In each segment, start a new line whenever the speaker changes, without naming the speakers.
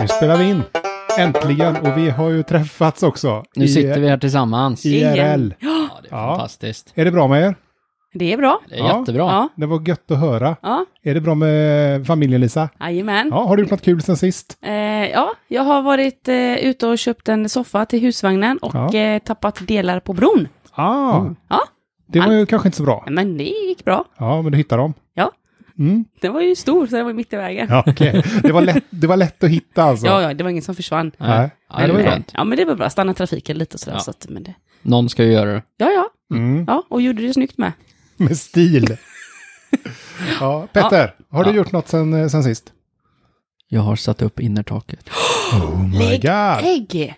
Nu spelar vi in. Äntligen. Och vi har ju träffats också.
Nu sitter vi här tillsammans.
IRL.
Ja, det
Ja.
är fantastiskt.
Är det bra med er?
Det är bra.
Det är
Ja.
jättebra.
Ja,
Det var gött att höra.
ja,
Är det bra med familjen Lisa?
jajamän.
Ja, har du gjort något kul sen sist?
Eh, ja, jag har varit eh, ute och köpt en soffa till husvagnen och
Ja.
eh, tappat delar på bron.
Ah,
Ja,
det var ju kanske inte så bra.
men det gick bra.
Ja, men du hittade dem.
Ja,
Mm.
den var ju stor så den var ju mitt i vägen.
Ja, okej. det, var lätt, det var lätt att hitta alltså.
Ja, ja, det var ingen som försvann.
Nej.
Ja, det var ju
Men, eh,
skönt.
Ja, men det var bra. Stanna trafiken lite och sådär.
Ja.
Så att, men det,
Någon ska ju göra det.
ja, ja,
Mm.
ja, och gjorde det snyggt med.
Med stil. Ja, Petter, har du gjort något sen, sen sist?
Jag har satt upp innertaket.
Oh my god.
Ägg!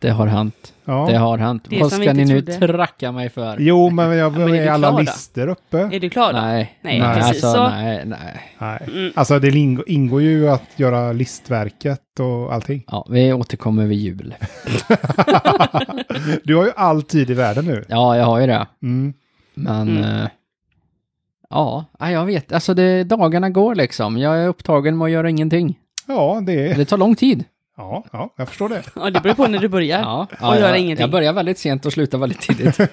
Det har hänt. Det
Ja.
har hänt.
Det
Vad
som vi
ska ni
inte
nu
trodde.
tracka mig för?
Jo, men jag
men är
är
du
alla
klar då?
lister uppe.
Är du klar då?
Nej.
Nej,
precis
alltså,
så.
nej, nej.
Nej.
Mm.
Alltså det ing- ingår ju att göra listverket och allting.
Ja, vi återkommer vid jul.
Du har ju all tid i världen nu.
Ja, jag har ju det.
Mm.
Men... Eh, ja, nej, jag vet. Alltså, det, dagarna går liksom. Jag är upptagen med att göra ingenting.
Ja, det är...
Det tar lång tid.
Ja, ja, jag förstår det.
Ja, det beror på när du börjar.
Ja, ja,
och göra
jag,
ingenting.
jag börjar väldigt sent och slutar väldigt tidigt.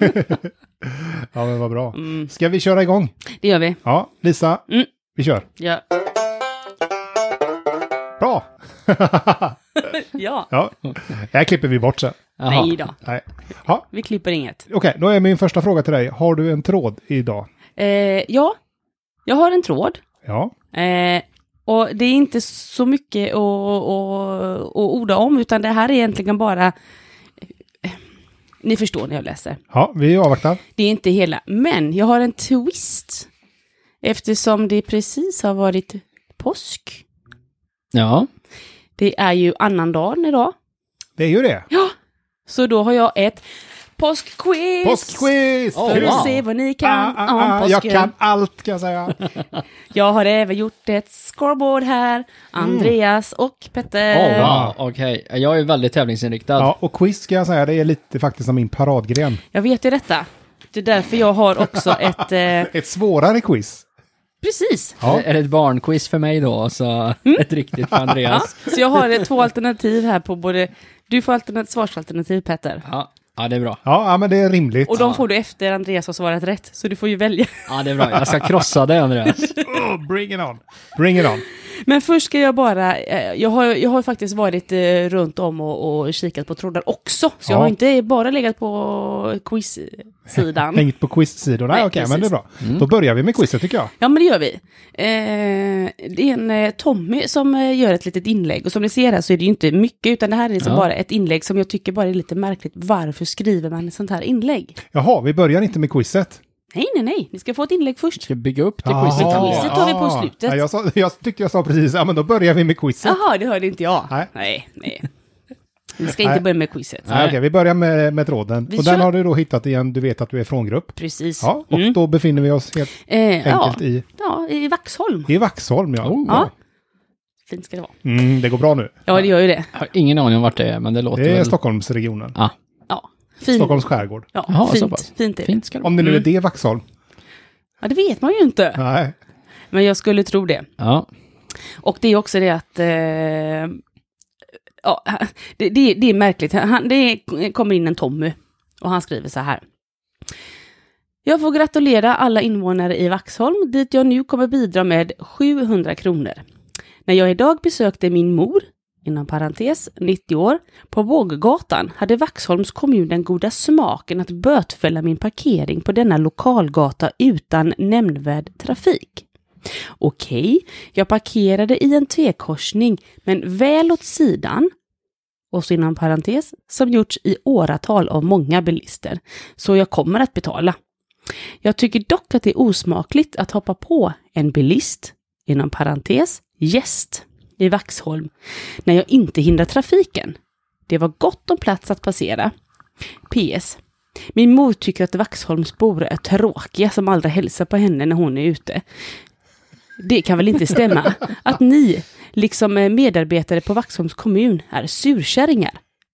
Ja, men vad bra. Ska vi köra igång?
Mm, Det gör vi.
Ja, Lisa,
Mm.
vi kör.
Ja.
Bra!
ja.
Ja, det här klipper vi bort sen.
Jaha.
Nej då,
Nej. Ja,
vi klipper inget.
Okej, då är min första fråga till dig. Har du en tråd idag?
Eh, ja, jag har en tråd.
Ja.
Eh, och det är inte så mycket att, att, att orda om, utan det här är egentligen bara... eh, Ni förstår när jag läser.
Ja, vi avvaktar.
Det är inte hela, men jag har en twist. Eftersom det precis har varit påsk.
Ja.
Det är ju annandagen idag.
Det är ju det.
Så då har jag ett påskquiz!
Påskquiz!
Åh,
För
Kul!
wow.
att se vad ni kan
Ah, ah, ah,
om
jag
påsken.
kan allt kan jag säga.
Jag har även gjort ett scoreboard
Mm.
här. Andreas och Petter.
Åh, wow. Okej, jag är väldigt tävlingsinriktad.
Eh, Ja, och quiz ska jag säga, det är lite faktiskt som min paradgren.
Jag vet ju detta. Det är därför jag har också ett... Eh,
Ett svårare quiz.
precis.
Ja.
Eh, Är det ett barnquiz för mig då? Så ett riktigt för
Ja,
Andreas.
så jag har eh, två alternativ här på både... Du får alternat- svarsalternativ, Petter.
Ja. ja, det är bra.
Ja, ja, men det är rimligt.
Och de får du efter Andreas har svarat rätt. Så du får ju välja.
Ja, det är bra. Jag ska krossa dig Andreas.
Oh, bring it on! Bring it on!
Men först ska jag bara... Eh, jag, har, jag har faktiskt varit eh, runt om och, och kikat på trådar också. Så jag
Ja.
har inte bara legat på quiz-sidan.
Hängt på quizsidorna,
Nej,
okej,
precis. Mm.
men det är bra. Då börjar vi med quizet tycker jag.
Ja, men det gör vi. Eh, det är en eh, Tommy som eh, gör ett litet inlägg. Och som ni ser här så är det ju inte mycket, utan det här är liksom
Ja.
bara ett inlägg som jag tycker bara är lite märkligt. Varför skriver man ett sånt här inlägg?
Jaha, vi börjar inte med quizet.
Nej, nej, nej, ni ska få ett inlägg först.
Ska bygga upp till quizet.
Jaha.
Andreas.
Quizet tar vi på
Ah.
slutet.
Ja, jag, sa, jag tyckte jag sa precis, ja men då börjar vi med quizet.
Jaha, det hörde inte jag.
Nej.
nej. nej. Vi ska inte
Nej.
börja med quizet.
Nej, Okej, vi börjar med, med tråden.
Vi
och den
kör.
har du då hittat i en du vet att du är frångrupp.
Precis. Mm.
Ja, och då befinner vi oss helt
Eh, ja.
enkelt i,
ja, i Vaxholm.
i Vaxholm. Ja.
Oh,
Ja. Fint ska det vara.
Mm, det går bra nu.
Ja, det gör ju det.
Jag har ingen aning om vart det är, men det låter
Det är
väl...
Stockholmsregionen.
Ja,
Ja, fin.
Stockholms skärgård.
Ja,
Jaha, så
fint.
pass.
Fint, är det.
fint ska det vara.
Om det nu är det Vaxholm.
Mm. Ja, det vet man ju inte.
Nej.
Men jag skulle tro det.
Ja.
Och det är också det att... Eh, ja, det, det, det är märkligt. Han, det kommer in en Tommy och han skriver så här. Jag får gratulera alla invånare i Vaxholm dit jag nu kommer bidra med 700 kronor. När jag idag besökte min mor, inom parentes 90 år, på Våggatan hade Vaxholms kommun den goda smaken att bötfälla min parkering på denna lokalgata utan nämnvärd trafik. Okej, jag parkerade i en T-korsning, men väl åt sidan, och så inom parentes, som gjorts i åratal av många bilister. Så jag kommer att betala. Jag tycker dock att det är osmakligt att hoppa på en bilist, inom parentes, gäst, i Vaxholm, när jag inte hindrar trafiken. Det var gott om plats att passera. PS. Min mor tycker att Vaxholmsbor är tråkiga som aldrig hälsar på henne när hon är ute. Det kan väl inte stämma att ni, liksom eh, medarbetare på Vaxholms kommun, är surkärringar?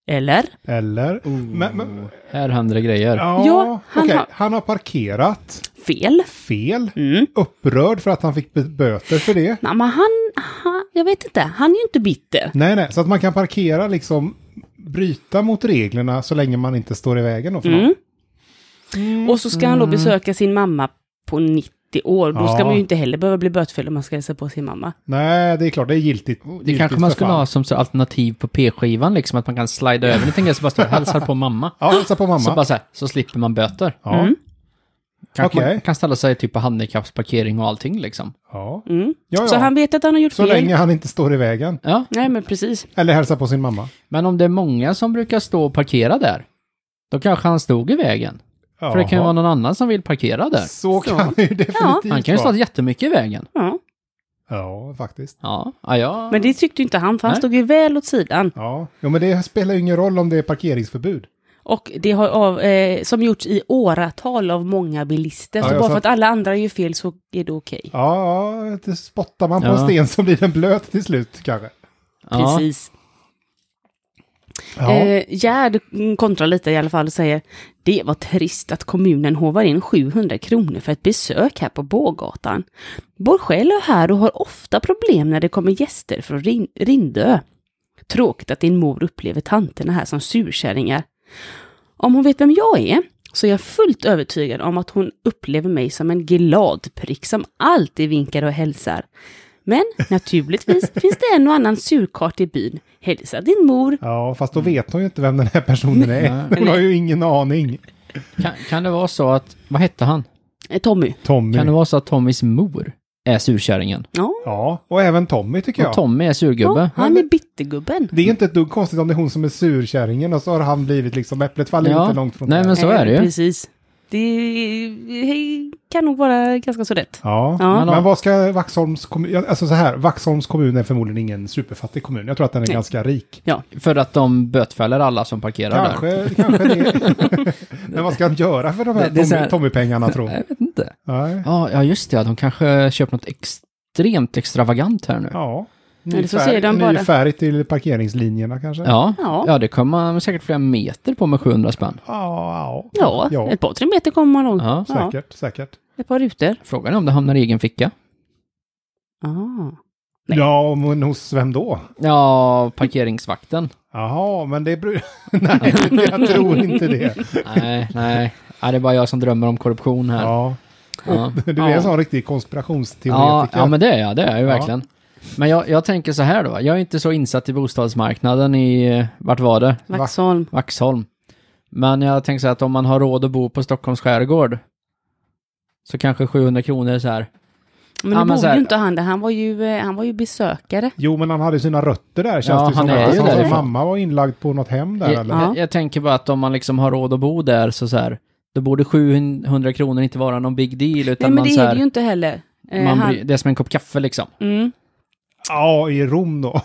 Eller? Oh.
Eller? Men, men,
Här händer det grejer.
ja,
Ja, han
okej.
har-
han har parkerat.
Fel.
Fel?
Mm.
Upprörd för att han fick be- böter för det?
Nej, men han, han, jag vet inte, han är ju inte bitter.
Nej, nej, så att man kan parkera liksom, bryta mot reglerna så länge man inte står i vägen då för någon.
Mm. Och så ska han då besöka sin mamma på 90 år. Då ska
Mm. Ja.
man ju inte heller behöva bli bötfälld om man ska hälsa på sin mamma.
Nej, det är klart, det är giltigt.
Det
giltigt
kanske man
för
skulle
fan.
ha som så alternativ på P-skivan, liksom att man kan slida över. Nu tänker jag så bara stå och hälsar på mamma.
Ja, hälsa på mamma.
Så, bara så, här, så slipper man böter.
ja.
Mm.
Kanske
Okej.
man kan ställa sig typ på handikappsparkering och allting liksom.
Ja.
Mm.
Ja, ja.
Så han vet att han har gjort
så
fel.
länge han inte står i vägen.
Ja,
Nej, men precis.
Eller hälsa på sin mamma.
men om det är många som brukar stå och parkera där, då kanske han stod i vägen. För det kan ju vara
Jaha.
någon annan som vill parkera där.
Så kan det ju definitivt
Han kan ju
vara.
stå jättemycket i vägen.
Ja.
Ja, faktiskt.
Ja, ja, ja.
Men det tyckte ju inte han, för han
Nej.
stod ju väl åt sidan.
Ja. Jo, men det spelar ju ingen roll om det är parkeringsförbud.
Och det har av, eh, som gjorts i åratal av många bilister.
Ja,
så
jag
bara
sa-
för att alla andra gör fel så är det okej.
Ja, ja, det spottar man på en
Ja.
sten så blir den blöt till slut kanske.
ja.
Precis.
Ja.
Eh, Gerd mm, kontrar lite i alla fall och säger Det var trist att kommunen hovar in 700 kronor för ett besök här på Bågatan. Bor själv här och har ofta problem när det kommer gäster från Rin- Rindö. Tråkigt att din mor upplever tanterna här som surkärringar. Om hon vet vem jag är så är jag fullt övertygad om att hon upplever mig som en glad prick som alltid vinkar och hälsar. Men naturligtvis finns det en och annan surkart i byn. Hälsa din mor,
Ja, fast då vet hon ju inte vem den här personen är. Hon har ju ingen aning.
Kan, kan det vara så att, vad hette han?
eh, Tommy.
Tommy.
Kan det vara så att Tommys mor är surkärringen?
Ja,
Ja, och även Tommy tycker jag.
Och Tommy är surgubbe?
ja han är bittergubben.
Det är inte ett dugg konstigt om det är hon som är surkärringen och så har han blivit liksom, äpplet faller
Ja.
inte långt från
Nej, men
trädet.
så är det ju.
Eh, Precis. Det eh, kan nog vara ganska så rätt.
Ja,
Ja.
men vad ska Vaxholms kommun, ja, alltså så här, Vaxholms kommun är förmodligen ingen superfattig kommun. Jag tror att den är
Nej.
ganska rik.
För att de bötfäller alla som parkerar där?
Kanske, kanske det. men vad ska de göra för de här,
Det- det är så
Tommy,
här-
Tommy-pengarna tror
Jag vet inte.
Nej.
Ja, ja, just det. ja, De kanske köper något extremt extravagant här nu. Ja,
Ja.
Eller
Ny
så säger de
färg,
bara-
ny färg till parkeringslinjerna kanske?
ja.
Ja.
det kommer man säkert flera meter på med 700 spänn.
Ja, ja.
Ja,
Ja.
ett par tre meter kommer man nog.
Ja.
Säkert, säkert.
Ett par rutor.
Frågan är om det hamnar i egen ficka?
Ah. Nej.
Ja, men hos vem då?
Ja, parkeringsvakten.
Jaha, men det... bru- Nej, jag tror inte det.
nej, nej. Ja, det är bara jag som drömmer om korruption här. Ja,
Ja.
ja.
Du är en
Ja.
sån riktig konspirationsteoretiker.
ja, men det är jag. Det är jag ju
Ja.
verkligen. Men jag, jag tänker så här då. va. Jag är inte så insatt i bostadsmarknaden i, eh, vart var det?
Vaxholm.
Vaxholm. Men jag tänker så här att om man har råd att bo på Stockholms skärgård så kanske 700 kronor är så här.
Men nu
Ja, men så
bodde
här-
ju inte han där, han var ju, eh, han var ju besökare.
Jo, men han hade ju sina rötter där, känns
Ja,
det
han
som.
är ju
Hans
därifrån.
mamma var inlagd på något hem där,
Jag,
eller?
jag, jag tänker bara att om man liksom har råd att bo där så så här, då borde 700 kronor inte vara någon big deal
Nej
utan
men
man
det
så
är det ju
här,
inte heller. Eh,
man
han,
bry, det är som en kopp kaffe liksom.
mm,
Ja, i Rom då.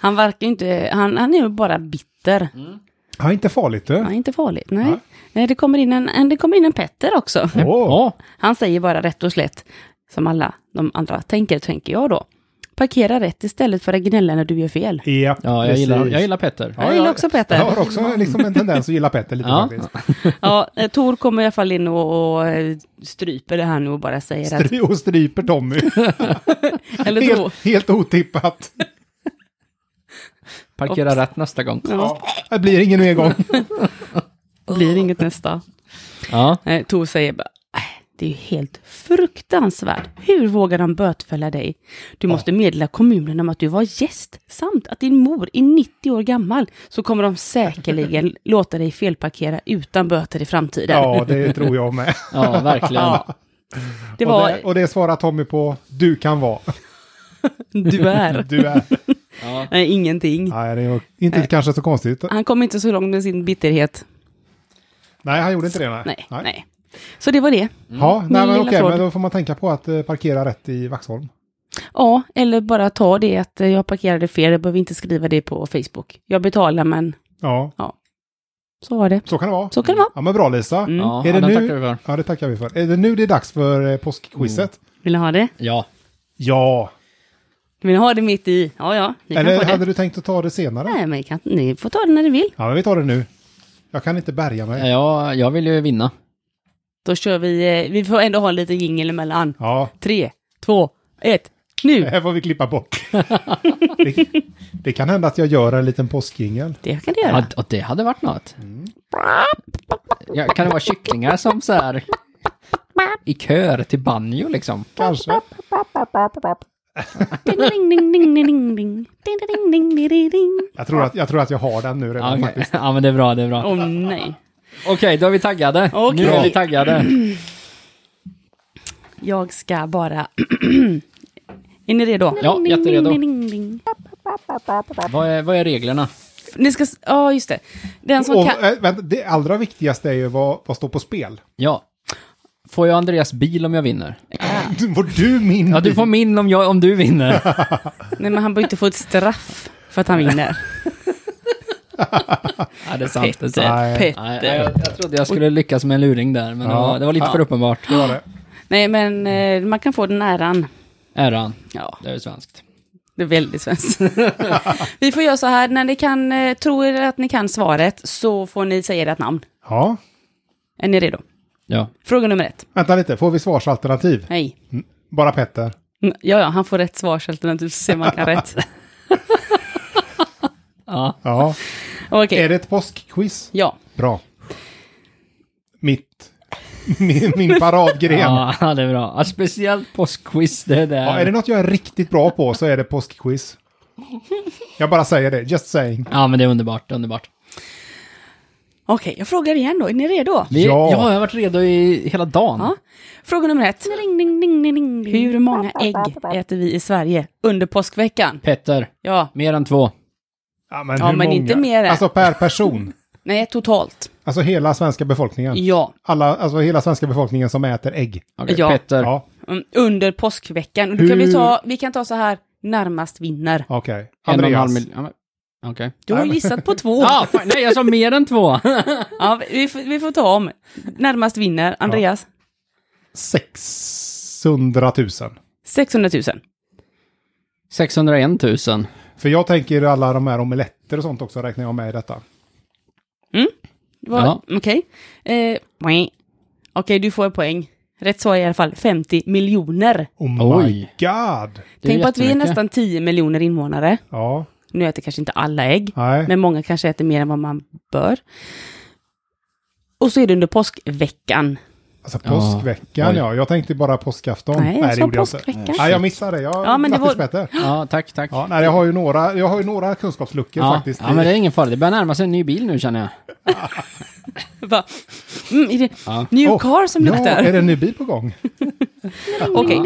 han verkar ju inte, han, han är ju bara bitter.
Mm.
Ja, inte farligt
Han
du.
är inte farligt, nej. Nej, det kommer in en, en, det kommer in en Petter också.
Åh,
Ja,
Han säger bara rätt och slätt, som alla de andra tänker, tänker jag då. Parkera rätt istället för att gnälla när du gör fel.
ja,
ja jag,
precis.
gillar, jag gillar Petter.
Ja,
jag gillar också Petter.
Jag har också liksom en tendens att gilla Petter lite
Ja.
faktiskt.
Ja, eh, Tor kommer i alla fall in och, och eh, stryper det här nu och bara säger
Stry och stryper Tommy.
att... Eller Tor.
helt, helt otippat.
Parkera rätt nästa gång.
Ja,
Ja, det blir ingen mer gång.
det blir inget nästa.
Ja,
Eh, Tor säger bara, "Äh, det är ju helt fruktansvärt. Hur vågar de bötfälla dig? Du måste meddela kommunen om att du var gäst, samt att din mor är 90 år gammal, så kommer de säkerligen låta dig felparkera utan böter i framtiden.
Ja, det tror jag med.
ja verkligen.
Ja. Det
Och,
var,
det, och det svarar Tommy på, du kan vara.
du är.
Du är.
Nej, ingenting.
Nej, det är inte kanske så konstigt.
Han kom inte så långt med sin bitterhet.
Nej, han gjorde inte det. Nej.
Nej, nej. Så det var det.
Ja, nej,
Min
men
lilla
okej,
tråd.
men då får man tänka på att eh, parkera rätt i Vaxholm.
Ja, eller bara ta det att eh, jag parkerade fel, jag behöver inte skriva det på Facebook. Jag betalar, men
Ja,
så var det.
så kan det vara.
Så kan det vara.
Ja, men bra Lisa.
Mm.
Ja,
Är
ja,
det
den
nu-
tackar vi för.
Ja, det tackar vi för. Är det nu det är dags för eh, påskquizet?
Vill ni ha det?
Ja.
Ja.
Vill ni ha det mitt i? Ja, ja, ni kan
Eller
få
hade
det.
du tänkt att ta det senare?
Nej, men ni kan, ni får ta det när ni vill.
Ja, men vi tar det nu. Jag kan inte bärga mig.
Ja, jag vill ju vinna.
Då kör vi, eh, vi får ändå ha en liten jingel emellan.
Ja,
Tre, två, ett, nu!
det här får vi klippa bort. det, det kan hända att jag gör en liten påskjingel.
Det kan det
Ja,
göra.
d- och det hade varit något. Ja, kan det vara kycklingar som så här i kör till banjo liksom?
Kanske.
Ding, ding, ding, ding, ding, ding. Ding, ding, ding, ding, ding, ding.
Jag tror att jag, tror att jag har den nu redan
Ja, okej.
faktiskt.
ja men det är bra, det är bra.
Åh nej.
Okej, då är vi taggade.
Okej.
Nu är vi taggade.
Jag ska bara... är ni redo?
Ja,
Ding, ding,
jätteredo.
ding, ding, ding.
Vad är, vad är reglerna?
Ni ska... s- Ja, just det. Den som
Och,
kan...
eh, vänta, det allra viktigaste är ju vad, vad står på spel.
Ja. Får jag Andreas bil om jag vinner?
Ah,
Får du min
Ja, du får min om, jag, om du vinner.
Nej, men han behöver inte få ett straff för att han vinner.
Ja, det är sant. Det är sant.
Nej.
Nej,
Petter.
nej, jag, jag trodde jag skulle lyckas med en luring där, men det,
Ja.
var, det var lite för uppenbart.
Det var det.
Nej, men eh, man kan få den äran.
Äran,
Ja,
det är ju svenskt.
det är väldigt svenskt. Vi får göra så här, när ni kan, eh, tror er att ni kan svaret så får ni säga ert namn.
Ja,
Är ni redo?
Ja.
Fråga nummer ett.
vänta lite. Får vi svarsalternativ?
Hej.
Bara Petter.
Mm, Ja, ja, han får rätt svarsalternativ så ser man kan rätt.
Ja.
Okej,
Är det ett påskquiz?
ja.
Bra. Mitt... Min, min paradgren. Ja.
Ja, det är bra. Ja, speciellt påskquiz, det är där.
är det något jag är riktigt bra på så är det påskquiz. Jag bara säger det, just saying.
Ja, men det är underbart, underbart.
Okej, jag frågar igen då. Är ni redo?
Vi,
Ja.
ja. Jag har varit redo i hela dagen.
Ja. Fråga nummer ett. Hur många ägg äter vi i Sverige under påskveckan?
Petter,
Ja,
mer än två.
Ja, men,
Ja,
hur
men
många?
inte mer än-
Alltså per person.
nej, totalt.
Alltså hela svenska befolkningen.
Ja,
Alla, alltså hela svenska befolkningen som äter ägg.
Okej,
Ja.
Petter,
Ja,
mm, under påskveckan. Och Då kan vi,
Hur-
ta, vi kan ta så här, närmast vinner.
okej.
en och en
Andreas.
halv miljon. Ja, men- Okej.
Du har ju gissat på två.
Ja, fan, nej, jag sa mer än två.
Ja, vi, får- vi får ta om. Närmast vinner, Andreas.
600 000.
600 000.
601 000.
För jag tänker alla de här omeletter och sånt också räknar jag med i detta.
Vad-
Ja.
Okej. Eh, nej. Okej, du får en poäng. Rätt svar är i alla fall 50 miljoner.
Oh my
Oj.
god!
Det
Tänk på att vi är
jättemycket.
nästan 10 miljoner invånare.
Ja,
Nu äter kanske inte alla ägg,
nej.
men många kanske äter mer än vad man bör. Och så är det under påskveckan.
Alltså påskveckan
Oj.
ja. Jag tänkte bara påskafton.
Nej, jag
det
sa
gjorde jag inte.
påskveckan.
Nej, jag missade. Jag,
Ja, men det
grattis
var-
Peter.
Ja, tack, tack.
Ja, nej, jag har ju några, jag har ju några kunskapsluckor
Ja,
faktiskt.
ja, men det är ingen fara. Det börjar närma sig en ny bil nu känner jag.
Va? Mm, är det
Ja.
new
Åh,
car som
ja,
luktar?
är det en ny bil på gång?
Okej.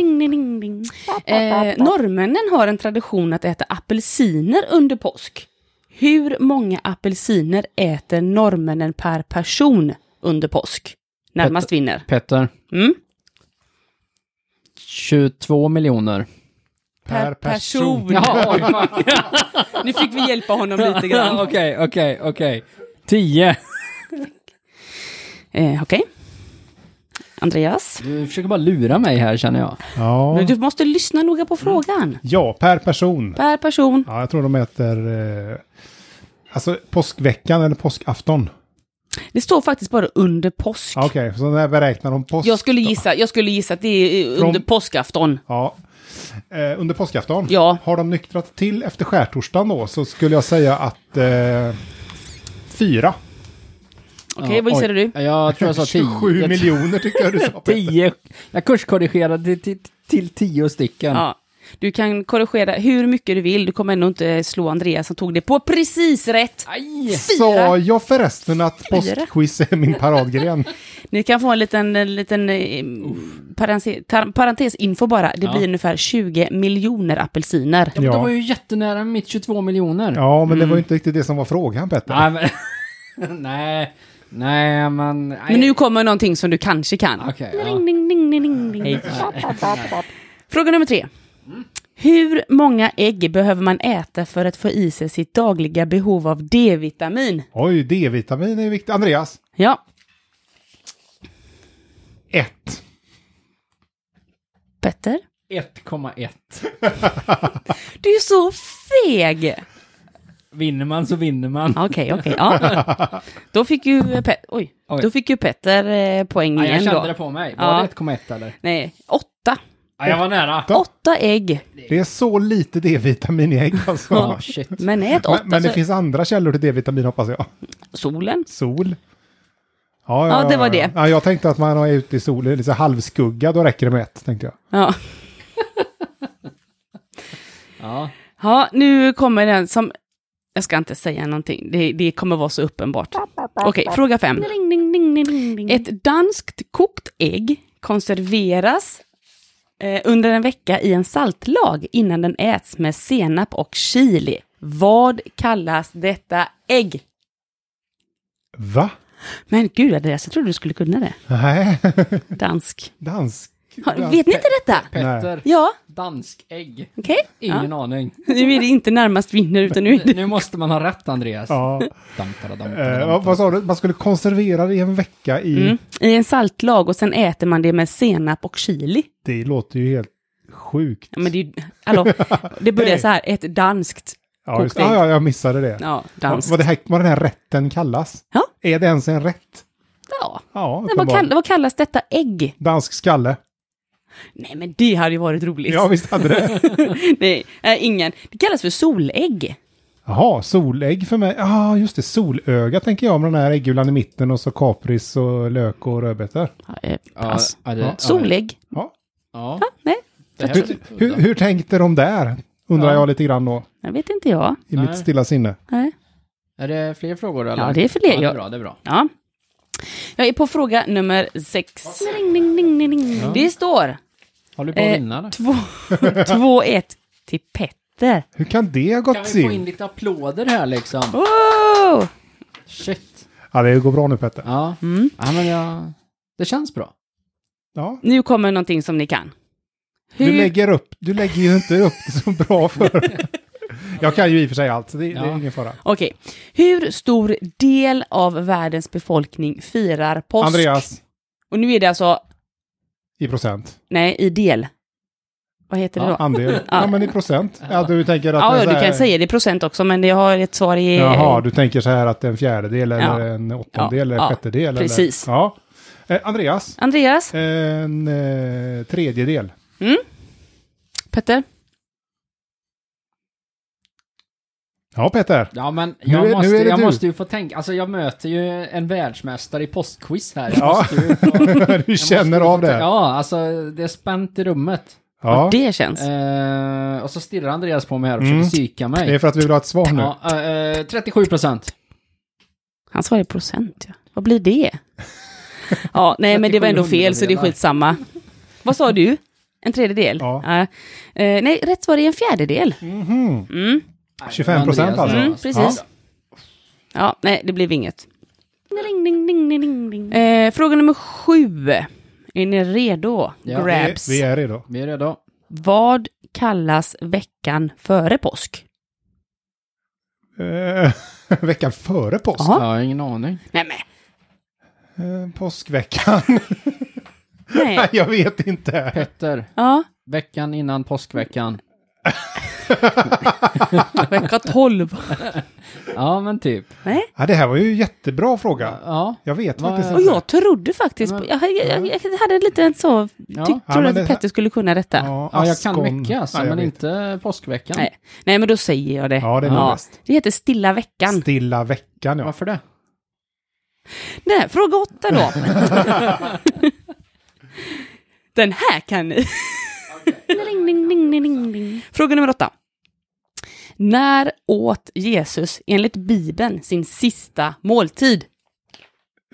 Eh, norrmännen har en tradition att äta apelsiner under påsk. Hur många apelsiner äter norrmännen per person under påsk? Närmast vinner.
Petter,
Mm?
22 miljoner.
Per person.
Jaha, oj, fan.
Nu fick vi hjälpa honom lite grann. eh,
Okej, okej, okej. 10.
Eh, Okej. Andreas?
Du försöker bara lura mig här känner jag.
Ja.
Men du måste lyssna noga på frågan.
ja, per person.
Per person.
Mm. Ja, jag tror de äter... Eh, alltså påskveckan eller påskafton.
Det står faktiskt bara under påsk.
Ja, Okej, så när beräknar de påsk...
Jag skulle gissa, jag skulle gissa att det är eh,
Från-
under påskafton.
Ja. Eh, under påskafton.
Ja.
Har de nyktrat till efter skärtorsdagen då så skulle jag säga att... Eh, fyra.
Okej, vad gissade du?
Jag tror jag sa 10.
27
Jag-
miljoner tycker jag du sa. Peter.
10. Jag kurskorrigerade till, till, till 10 stycken.
Ja. Du kan korrigera hur mycket du vill, du kommer ändå inte slå Andreas som tog det på precis rätt.
Aj!
Sa jag förresten att
Fyra.
påskquiz är min paradgren?
Ni kan få en liten, en liten eh, parentes, tar- parentesinfo bara. Det blir ungefär 20 miljoner apelsiner.
Ja. men
Ja.
De var ju jättenära mitt 22 miljoner.
Ja, men det var ju inte riktigt det som var frågan Petter.
Mm. Nej, men... nej, nej, men... Nej.
Men nu kommer någonting som du kanske kan.
Okej, ja.
Ding, ding, ding, ding, ding, ding.
Hej.
Fråga nummer tre. Hur många ägg behöver man äta för att få i sig sitt dagliga behov av D-vitamin?
Oj, D-vitamin är viktigt. Andreas,
Ja,
ett.
Petter?
1,1.
Du är så feg!
Vinner man så vinner man.
Okej, okej. ja. Då fick ju Pe- Oj.
Oj.
Då fick ju Petter eh, poäng
Ja, jag
igen
kände
då.
det på mig. Var
Ja.
det 1,1 eller?
Nej, åtta.
Ja, jag var nära.
Ja.
Åtta ägg.
Det är så lite D-vitamin i ägg alltså.
Ja, shit.
Men ät åtta
men, men det
så...
finns andra källor till D-vitamin hoppas jag.
Solen.
Sol.
Ja, det var det.
Ja, jag tänkte att man är ute i solen, lite halvskugga, då räcker det med ett, tänkte jag.
Ja.
Ja.
ja, nu kommer den som... Jag ska inte säga någonting. Det, det kommer vara så uppenbart. Okej, fråga fem. Ett danskt kokt ägg konserveras eh, under en vecka i en saltlag innan den äts med senap och chili. Vad kallas detta ägg?
Va?
Men gud, Andreas, jag trodde du skulle kunna det.
Nej,
Dansk.
dansk.
Har, vet ni inte detta?
Petter.
Ja,
Danskägg.
okej.
Ingen aning.
Nu är det inte närmast vinner, utan nu är det...
Nu måste man ha rätt, Andreas.
Ja.
Dam, tada, dam, tada,
Eh,
dam,
vad- vad sa du? Man skulle konservera det i en vecka i...
Mm. I en saltlag och sen äter man det med senap och chili.
Det låter ju helt sjukt.
Ja, men det är ju, hallå, det börjar så här, ett danskt.
Ja, just,
kokt
ja,
ägg.
ja jag missade det.
Ja,
Vad,
danskt.
vad, det här, vad den här rätten kallas?
Ja.
Är det ens en rätt?
Ja.
Ja,
Nej, vad,
uppenbarligen.
kall, vad kallas detta ägg?
Dansk skalle.
Nej, men det hade ju varit roligt.
Ja, visst hade det.
Nej, eh, ingen. Det kallas för solägg.
Jaha, solägg för mig. Ja, ah, just det. Solöga tänker jag med den här äggulan i mitten och så kapris och lök och rödbetor.
Ja, eh,
Ja,
pass.
ja, det-
Solägg.
Ja.
Ja.
Ja, nej,
det här-
Hur, hur, hur tänkte de där? Undrar
Ja.
jag lite grann då,
jag vet inte jag.
i
Nej.
mitt stilla sinne.
Nej.
Är det fler frågor? Eller?
Ja, det är fler.
Ja, det är
Jag-
bra, det är bra.
Ja. Jag är på fråga nummer sex. Ring, ring, ring, ring, ring. Det står
Håller
Eh,
du på att vinna? då?
2-1 till Petter.
Hur kan det ha
Kan
gått
vi få in
in?
lite applåder här liksom?
Wow!
Shit.
Ja, det går bra nu Petter.
Ja.
Mm.
ja men jag... Det känns bra.
Ja.
Nu kommer någonting som ni kan.
Du
Hur-
lägger upp, du lägger ju inte upp det så bra för... Jag kan ju i och för sig allt, så det, det
Ja.
är ingen fara.
Okej. Hur stor del av världens befolkning firar påsk?
Andreas,
Och nu är det alltså,
i procent.
nej, i del. Vad heter det då?
Andel. Ja. men i procent. Ja, du tänker att...
Ja,
det är
ja,
så
du
här-
kan säga det i procent också, men jag har ett svar i...
Jaha, du tänker så här att en fjärdedel
Ja.
eller en åttondel
Ja,
eller en
ja,
sjättedel? eller-
precis.
Ja. Eh, Andreas,
Andreas, Mm?
en eh, tredjedel.
Petter,
Ja, Peter.
Ja, men
Nu
jag,
är- nu
måste,
är det
jag
du.
måste ju få tänka. Alltså, jag möter ju en världsmästare i postquiz här. Jag
Ja.
måste ju få, jag
du
måste
känner
ju få
av
tänka-
det.
Ja, alltså det är spänt i rummet.
Ja,
det känns.
Eh, och så stirrar Andreas på mig här och försöker
Mm.
psyka
det är
mig.
för att vi vill ha ett svar nu.
Ja, eh, eh, 37 procent.
Han svarar i procent, ja. Vad blir det? Ja, nej, men det var ändå fel, så det är skitsamma. Vad sa du? En tredjedel?
Ja.
Eh, nej, rätt svar är en fjärdedel.
Mhm.
Mm.
25% alltså.
Mm, precis. Ja, nej, det blev inget. Ring, ring, ring, ring, ring, ring. Eh, fråga nummer sju. Är ni redo?
Ja,
Vi,
Grabs.
vi är redo.
Vi är redo.
Vad kallas veckan före påsk?
Eh, veckan före påsk.
Ja.
Jag har ingen aning.
Nej, men,
Eh, påskveckan.
nej.
jag vet inte.
Petter,
Ja,
veckan innan påskveckan.
vecka 12.
Ja, men typ.
Nej.
Ja, det här var ju en jättebra fråga.
Ja.
Jag vet
Vad
faktiskt
är-
Och
inte.
jag trodde faktiskt, på- jag, jag, jag, jag hade en liten så,
Ja.
tyck,
Ja,
trodde
men
att
det-
Petter skulle kunna detta.
Ja, jag kan
askon.
mycket alltså,
Ja, jag
men
vet.
inte påskveckan.
Nej. nej, men då säger jag det.
Ja, det är nog bäst.
det heter Stilla veckan.
Stilla veckan, ja.
Varför det?
Nej, fråga åtta då. Den här kan ni. Ring, ring, ring, ring, ring, ring. Fråga nummer åtta. När åt Jesus enligt Bibeln sin sista måltid?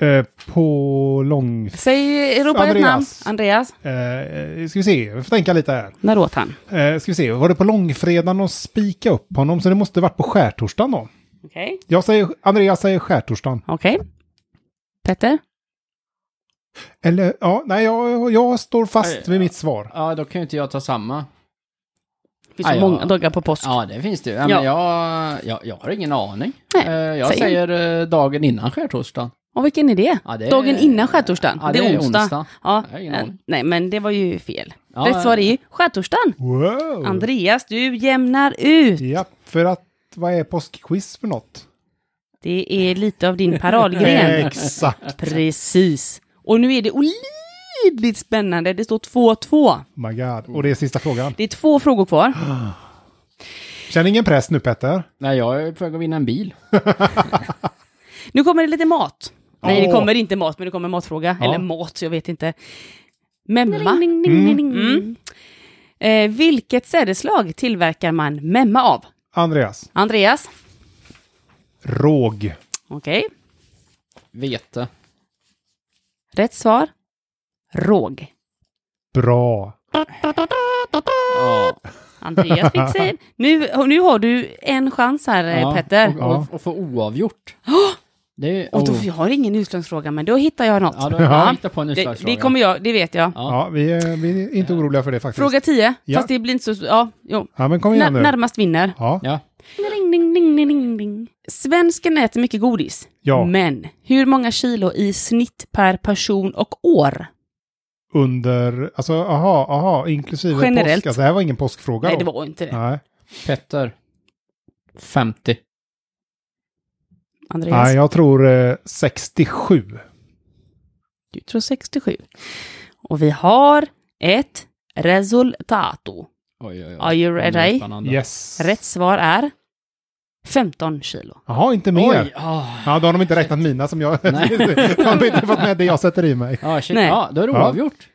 Eh, på lång...
Säg, ropa ett namn.
Andreas.
Andreas.
Eh, ska vi se, vi får tänka lite här.
När åt han?
Eh, ska vi se, var det på långfredagen de spikade upp honom? Så det måste varit på skärtorsdagen då.
Okej.
Jag säger, Andreas säger skärtorsdagen.
Okej. Petter?
Eller, ja, nej, jag, jag står fast
Nej,
vid mitt svar.
Ja, då kan ju inte jag ta samma.
Det finns så
Aj, ja.
många dagar på påsk.
Ja, det finns det ju. Ja,
Ja.
Men jag, jag, jag har ingen aning.
Nej,
Eh, jag
säg.
säger eh, dagen innan skärtorsdagen.
Och vilken är det?
Ja, det är-
Dagen innan skärtorsdagen?
Ja,
det är onsdag. Ja.
Jag har ingen aning.
Nej, men det var ju fel.
Ja,
Mm.
Rätt svar är ju skärtorsdagen.
Wow!
Andreas, du jämnar ut.
Ja, för att vad är påskquiz för något? Eh,
Det är lite av din paradgren.
Exakt.
Precis. Och nu är det olidligt spännande. Det står 2-2.
Oh my god. Och det är sista frågan.
Det är två frågor kvar.
Känn ingen press nu Petter.
Nej, jag är på väg att vinna en bil.
Nu kommer det lite mat. Nej, det
Åh.
kommer inte mat, men det kommer en matfråga.
Ja.
Eller mat, jag vet inte. Memma.
Mm.
Mm. Eh, vilket sädeslag tillverkar man memma av?
Andreas.
Andreas?
Råg.
Okej.
Vete.
Rätt svar? Råg.
Bra.
Ja.
Andreas fick säga. Nu, nu har du en chans här, eh,
ja.
Petter.
Och,
Ja.
och, och få oavgjort. Det är...
Och då, jag har ingen utslagsfråga, men då hittar jag något.
Ja, då
Ja.
jag hittar på en
det,
utslagsfråga.
det kommer jag, det vet jag.
Ja.
Ja, vi är, vi är inte oroliga för det faktiskt.
Fråga 10,
Ja.
fast det blir inte så... Ja, jo.
Ja, men kom
När,
igen nu.
närmast vinner.
Ja.
Ja.
Svensken äter mycket godis.
ja,
Men hur många kilo i snitt per person och år?
under, alltså aha, aha, inklusive
Generellt.
påsk. Alltså, det här var ingen påskfråga
Nej,
då.
det var inte det.
Nej.
Petter. 50.
Andreas,
Nej, jag tror eh, 67.
du tror 67. Och vi har ett resultato.
Oj, oj, oj.
Are you
Det är
ready?
spännande.
Yes.
Rätt svar är 15 kilo.
Jaha, inte mer.
Oj, ah.
Ja, då har de inte räknat mina som jag...
Nej.
de har inte fått med det jag sätter i mig.
Ja, shit.
Nej.
ja, då är det
Ja.
oavgjort.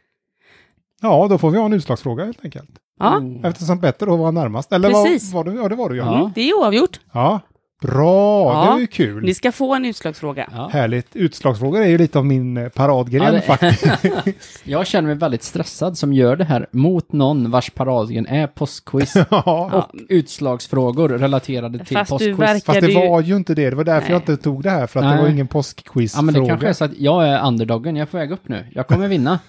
Ja, då får vi ha en utslagsfråga helt enkelt.
Ja, Mm,
Oh.
Eftersom Petter då var närmast. Eller vad
Precis.
var du? Ja, det var du ja.
Ja.
Ja.
mm, det är oavgjort.
Bra,
Ja.
det är ju kul.
Ni ska få en utslagsfråga.
Ja.
Härligt. Utslagsfrågor är ju lite av min eh, paradgren
Ja, det-
faktiskt.
Jag känner mig väldigt stressad som gör det här mot någon vars paradgren är påskquiz
ja.
och utslagsfrågor relaterade till
Fast du
påskquiz.
verkar-
Fast det
du ju-
var ju inte det. Det var därför jag inte tog det här. För att det
Nej.
var ingen påskquizfråga.
Ja, men det kanske är så att jag är underdogen, jag är på väg upp nu. Jag kommer vinna.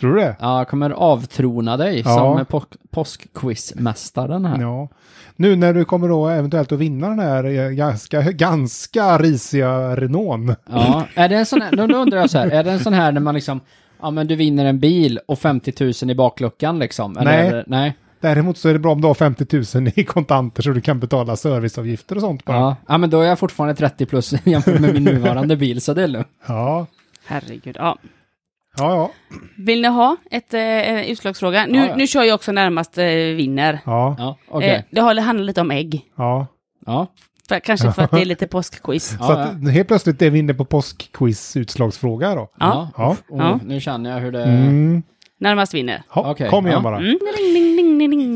Tror du det?
Ja, jag kommer avtrona dig
Ja.
som po- påskquizmästaren här.
Ja. Nu när du kommer då eventuellt att vinna den här eh, ganska, ganska risiga Renault.
Ja, är det en sån här, då då undrar jag så här, är det en sån här när man liksom, ja men du vinner en bil och 50 000 i bakluckan liksom? Eller
Nej.
Är det, nej.
Däremot så är det bra om du har 50 000 i kontanter så du kan betala serviceavgifter och sånt bara. Ja.
Ja. ja, men då är jag fortfarande 30 plus jämfört med min nuvarande bil, så det är lugnt.
Ja,
Herregud. Ja.
ja. ja.
Vill ni ha ett, eh, en utslagsfråga? Nu,
Ja, ja.
nu kör jag också närmast eh, vinner.
Ja,
Ja, okej.
Eh, det har- det handlar lite om ägg.
ja.
Ja.
För, kanske för att det är lite påskquiz.
Ja,
Så att helt plötsligt är vi inne på påskquiz-utslagsfråga då.
Ja.
Ja.
Uff, oh,
Ja.
Nu känner jag hur det...
Mm.
Närmast vinner.
Ha,
Okej,
Kom igen
ja.
bara.
Mm.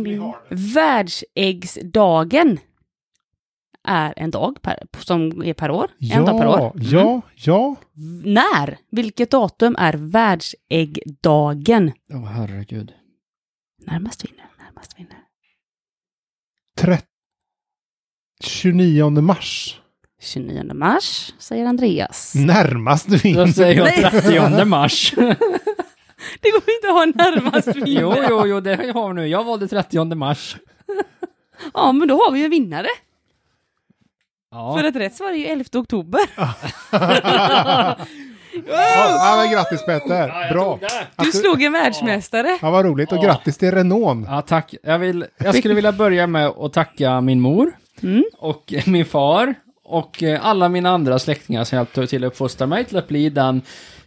Världsäggsdagen är en dag per, som är per år. En dag per år.
Ja, ja, ja.
När? Vilket datum är världsäggdagen?
Åh herregud.
Närmast vinner, närmast vinner.
30... 29 mars.
29 mars, säger Andreas.
Mm. Närmast du
Då
in.
säger jag 30 mars.
Det går inte att ha närmast vinner.
jo, jo, jo, det har vi nu. Jag valde 30 mars.
Ja, men då har vi ju en vinnare.
Ja.
För att rätt svar är ju 11 oktober.
Ja, men grattis Petter. Bra.
Du slog en världsmästare.
Ja, vad roligt. Och grattis till Renault.
ja, tack. Jag, vill, jag skulle vilja börja med att tacka min mor
Mm.
och min far och eh, alla mina andra släktingar som hjälpte till att uppfostra mig till att bli den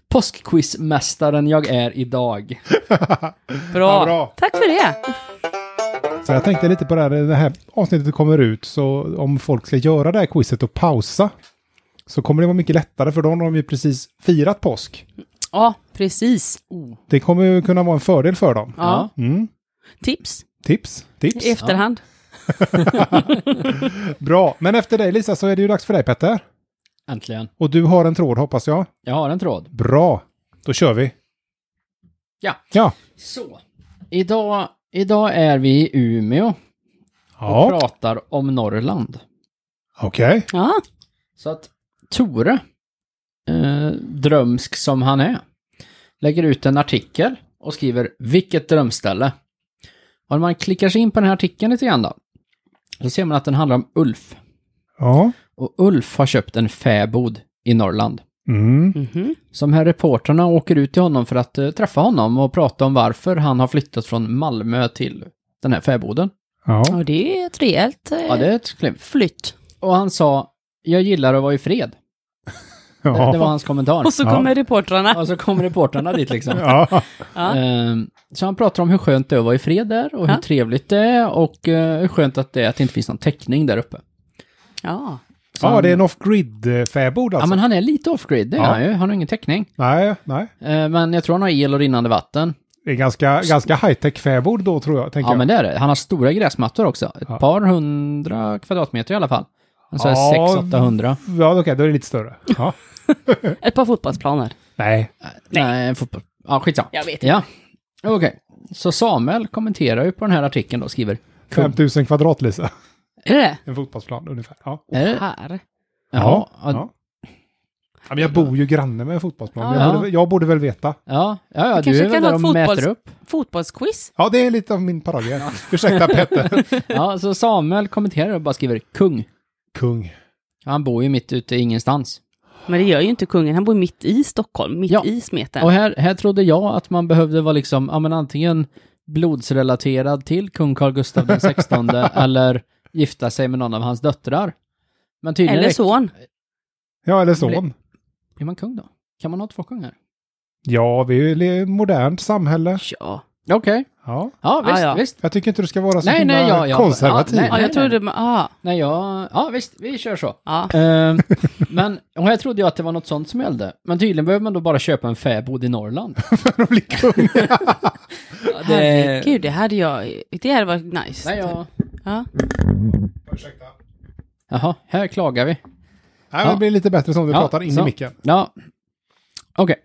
påskquizmästaren jag är idag.
Ja,
Bra.
bra.
Tack för det.
Så jag tänkte lite på det här, när det här avsnittet kommer ut, så om folk ska göra det här quizet och pausa, så kommer det vara mycket lättare, för då har de ju precis firat påsk.
Ja, precis. Oh.
Det kommer ju kunna vara en fördel för dem.
Ja.
Mm.
Tips
Tips, tips.
i efterhand.
Bra. Men efter dig Lisa så är det ju dags för dig Petter.
Äntligen.
Och du har en tråd hoppas jag.
Jag har en tråd.
Bra. Då kör vi.
Ja.
Ja.
Så. Idag, idag är vi i Umeå och
Ja.
pratar om Norrland.
Okej.
Ja.
Så att Tore, eh, drömsk som han är, lägger ut en artikel och skriver “Vilket drömställe?” Och om man klickar sig in på den här artikeln lite grann då, så ser man att den handlar om Ulf.
Ja.
Och Ulf har köpt en fäbod i Norrland.
Mm.
Mhm.
Så de här reportrarna åker ut till honom för att eh, träffa honom och prata om varför han har flyttat från Malmö till den här fäboden.
Ja.
Ja, det är ett rejält eh,
Ja, det är ett klipp.
Flytt.
Och han sa, jag gillar att vara i fred. Det, det var
Ja.
hans kommentar.
Och så
Ja.
kommer reportrarna.
Och så kom reportrarna dit liksom.
Ja.
Ja.
Ehm, Så han pratar om hur skönt det är att vara i fred där och hur
Ja.
trevligt det är och eh, hur skönt att det är att det inte finns någon täckning där uppe.
Ja.
Så
ja,
han,
det är en off-grid-fäbod
Ja,
alltså.
men han är lite off-grid, det är
Ja.
han ju. Han har ingen täckning.
Nej, nej.
Eh, Men jag tror han har el och rinnande vatten.
Det är ganska, ganska high-tech fäbod då tror jag. Tänker
Ja, men det är det. Han har stora gräsmattor också. Ett
Ja.
par hundra kvadratmeter i alla fall. Han sa
Ja.
600-800.
jag. ja okej, då är det lite större. Ja.
Ett par fotbollsplaner.
nej.
Nej, en fotboll. Ja, skitsamma.
Jag vet inte.
Ja. Okej. Så Samuel kommenterar ju på den här artikeln då, skriver...
5000 kvadrat, Lisa.
Är det
En fotbollsplan ungefär. Ja.
Är det?
Här.
Ja,
Ja.
ja,
ja. men jag bor ju granne med en fotbollsplan.
Ja.
Jag, borde, jag borde väl veta.
ja, ja, du
kanske
är väl
kan ha
där
ett
och mäter
fotbolls-
upp.
Fotbollsquiz?
Ja, det är lite av min parodi. här. Ursäkta Petter.
Ja, så Samuel kommenterar och bara skriver kung.
Kung.
Han bor ju mitt ute i ingenstans.
Men det gör ju inte kungen, han bor mitt i Stockholm, mitt
Ja.
i smeten.
Och här, här trodde jag att man behövde vara liksom, ja men antingen blodsrelaterad till kung Carl Gustaf den 16 eller gifta sig med någon av hans döttrar. Men tydligen
Eller
räck-
son.
Ja, eller
Bli-
son.
Blir man kung då? Kan man ha två kungar?
Ja, vi är ju i ett modernt samhälle.
Ja.
Okej.
Ja.
Ja, visst,
Ah, ja.
visst.
Jag tycker inte du ska vara så
Nej,
himla
nej, ja, ja.
konservativ.
Ja,
ja,
nej,
jag trodde... Ah,
Nej, ja, ja, visst, vi kör så.
ja.
Ehm, men, och jag trodde ju att det var något sånt som gällde. Men tydligen behöver man då bara köpa en fäbod i Norrland.
För att bli kung.
Ja, det-
Herregud, det hade jag... Det hade varit nice.
Nej, ja.
ja.
Ursäkta.
Jaha, här klagar vi.
Nej, men det blir lite bättre som du
Ja,
pratar in
så.
i micken.
Ja. Okej.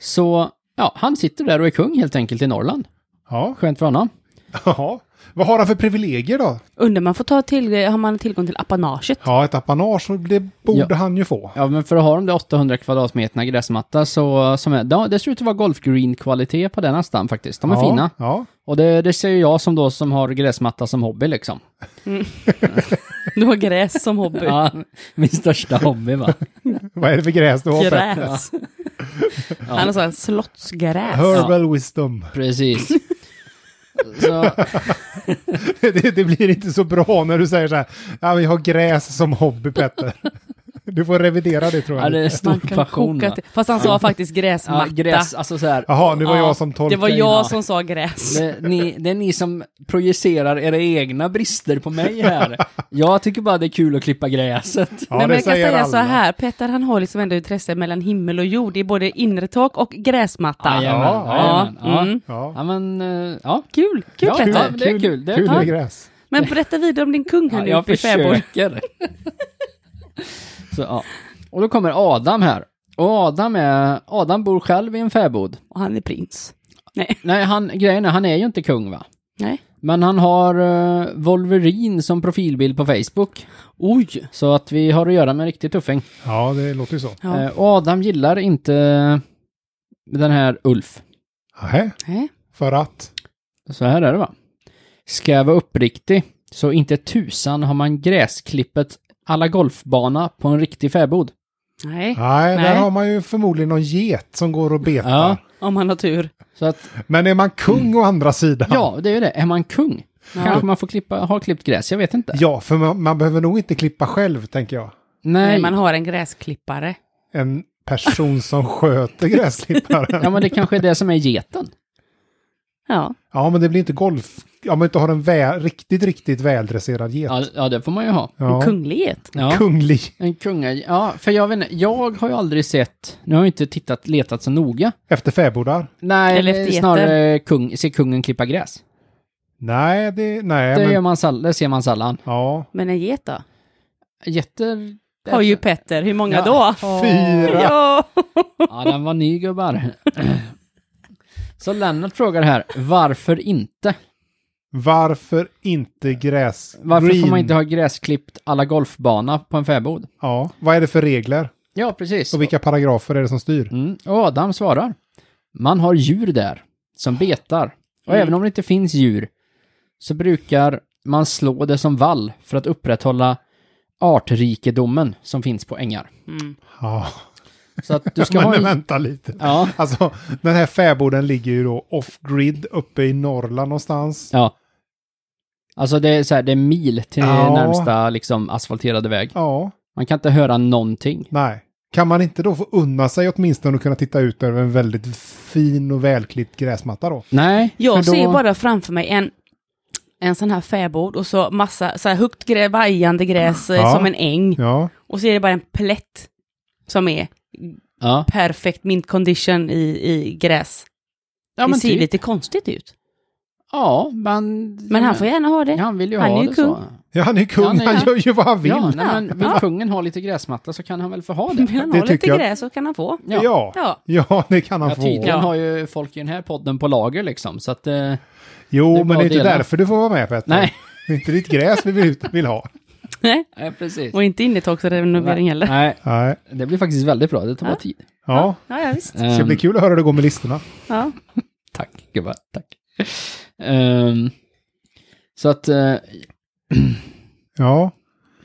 Så, ja, han sitter där och är kung helt enkelt i Norrland.
Ja.
Skönt för honom.
Jaha. Vad har han för privilegier då?
Undrar man får ta till... Har man tillgång till apanaget?
Ja, ett apanage, så det borde
Ja.
han ju få.
Ja, men för att ha de där 800 kvadratmeterna gräsmatta så, som är, ja, det ser ut att vara golfgreen-kvalitet på den här stan faktiskt. De är
ja,
fina.
Ja.
Och det, det ser ju jag som då som har gräsmatta som hobby liksom.
Du har gräs som hobby.
Ja, min största hobby va.
Vad är det för gräs du har? Petter?
Gräs. Han har sån slottsgräs.
Herbal wisdom.
Precis. Så,
det, det blir inte så bra när du säger så här. Ja, men jag har gräs som hobby, Petter. du får revidera det tror
ja,
jag.
det är stor
Man kan
passion.
koka
va.
till. Fast han sa faktiskt gräsmatta.
Ja, gräs, alltså så här.
Jaha, nu var
Ja,
jag som
Det
tolkade.
var
in.
ja.
jag som sa gräs.
Det, ni, det är ni som projicerar era egna brister på mig här. Jag tycker bara det är kul att klippa gräset.
Ja,
Nej,
det
men jag kan
säger
säga
alla.
så här, Petter han har liksom ändå intresse mellan himmel och jord. Det är både inre tak och gräsmatta.
Jajamän,
ja,
jajamän, ja.
Mm.
Ja,
Ja, men, eh, ja.
Kul, kul
Ja,
Petter.
ja, men det är kul. Det är
kul
kul.
med gräs.
Men berätta vidare om din kung här
Ja,
nu
jag
uppe i fäbod.
försöker. Så, ja. Och då kommer Adam här. Och Adam, är, Adam bor själv i en fäbod.
Och han är prins. Nej,
Nej, han, grejen är, han är ju inte kung va?
nej.
Men han har eh, Wolverine som profilbild på Facebook.
Oj.
Så att vi har att göra med en riktig tuffing.
Ja, det låter ju så.
Ja.
Eh, och Adam gillar inte den här Ulf.
Nähä,
Nej.
för att?
Så här är det va. Ska jag vara uppriktig, så inte tusan har man gräsklippet alla golfbana på en riktig fäbod.
nej,
Nej, där
Nej.
har man ju förmodligen någon get som går och betar.
Ja.
om han har tur.
Så att,
Men är man kung å andra sidan?
ja, det är ju det. Är man kung?
Ja.
Kanske man får klippa, har klippt gräs, jag vet inte.
Ja, för man, man behöver nog inte klippa själv, tänker jag.
Nej.
Nej,
man har en gräsklippare.
En person som sköter gräsklipparen.
ja men det kanske är det som är geten.
Ja.
Ja, men det blir inte golf... Om man inte har en vä- riktigt, riktigt väldresserad get.
Ja, ja, det får man ju ha.
Ja.
Kunglighet.
Ja.
Kunglig.
En kunga, ja, för jag vet inte, jag har ju aldrig sett, nu har jag inte tittat, letat så noga.
Efter fäbodar?
Nej,
Eller efter
snarare kung, se kungen klippa gräs.
Nej, det... Nej,
det,
men...
gör man sall, det ser man sällan.
Ja.
Men en get då?
Jätter...
Har ju Petter, hur många
Ja.
då?
Fyra.
Ja.
Ja, den var ny gubbar. Så Lennart frågar här, varför inte?
Varför inte gräs?
Varför får
green?
man inte ha gräsklippt alla golfbana på en fäbod?
Ja, vad är det för regler?
Ja, precis.
Och vilka paragrafer är det som styr?
Mm. Och Adam svarar, man har djur där som betar. Och
Mm.
även om det inte finns djur så brukar man slå det som vall för att upprätthålla artrikedomen som finns på ängar.
Ja,
Så att du ska
men
ha en...
vänta lite.
Ja,
Alltså, den här fäboden ligger ju då off-grid uppe i Norrland någonstans.
ja. Alltså det är, så här, det är mil till
Ja.
närmsta liksom, asfalterade väg.
Ja,
Man kan inte höra någonting.
nej. Kan man inte då få unna sig åtminstone att kunna titta ut över en väldigt fin och välklippt gräsmatta då?
Nej,
Jag
för då...
ser bara framför mig en, en sån här fäbod och så massa så här högt grä, vajande gräs eh,
Ja.
som en äng.
Ja,
Och så är det bara en plätt som är
Ja,
perfekt mint condition i, i gräs.
ja
det
men
ser
typ.
lite konstigt ut.
Ja, men...
Men han får gärna ha det.
Han vill ju
Han
ha
är ju
det
kung.
så.
ja han är kung,
Ja, nej,
han
ja.
gör ju vad han vill.
Ja, nej, men vill
Ja.
kungen ha lite gräsmatta så kan han väl få ha det?
Vill han
Det
ha lite
tycker jag.
gräs så kan han få.
Ja.
Ja.
Ja.
Ja.
det kan han
Ja,
få.
tydligen
Ja.
har ju folk i den här podden på lager liksom, så att... Eh,
Jo,
Det är
men
bara
det är
att
inte
dela.
därför du får vara med Petter.
nej,
Det är inte ditt gräs vi vill, vill ha.
Nej.
nej, precis.
Och inte innertaksrenovering heller.
Nej,
Nej.
det blir faktiskt väldigt bra. Det tar bara tid.
Ja,
Ja, ja visst.
det ska bli
Ehm,
kul att höra hur det går med listorna.
Ja.
Tack gubbar, tack. Ehm, så att eh,
Ja,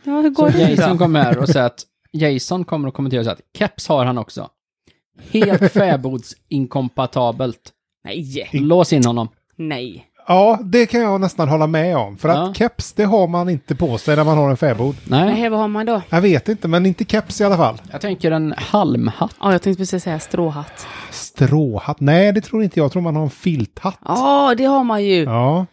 ja, hur går
så
det?
Jason kom här och sa att Jason kommer att kommentera så att keps har han också. Helt fäbodsinkompatabelt.
Nej,
Lås in honom.
nej.
ja det kan jag nästan hålla med om. För
Ja.
att keps, det har man inte på sig när man har en fäbod.
Nej,
Nej, vad har man då?
Jag vet inte, men inte keps i alla fall.
jag tänker en halmhatt.
Ja, jag tänkte precis säga stråhatt.
Stråhatt? Nej, det tror inte jag. Jag tror man har en filthatt.
Ja, det har man ju.
Ja,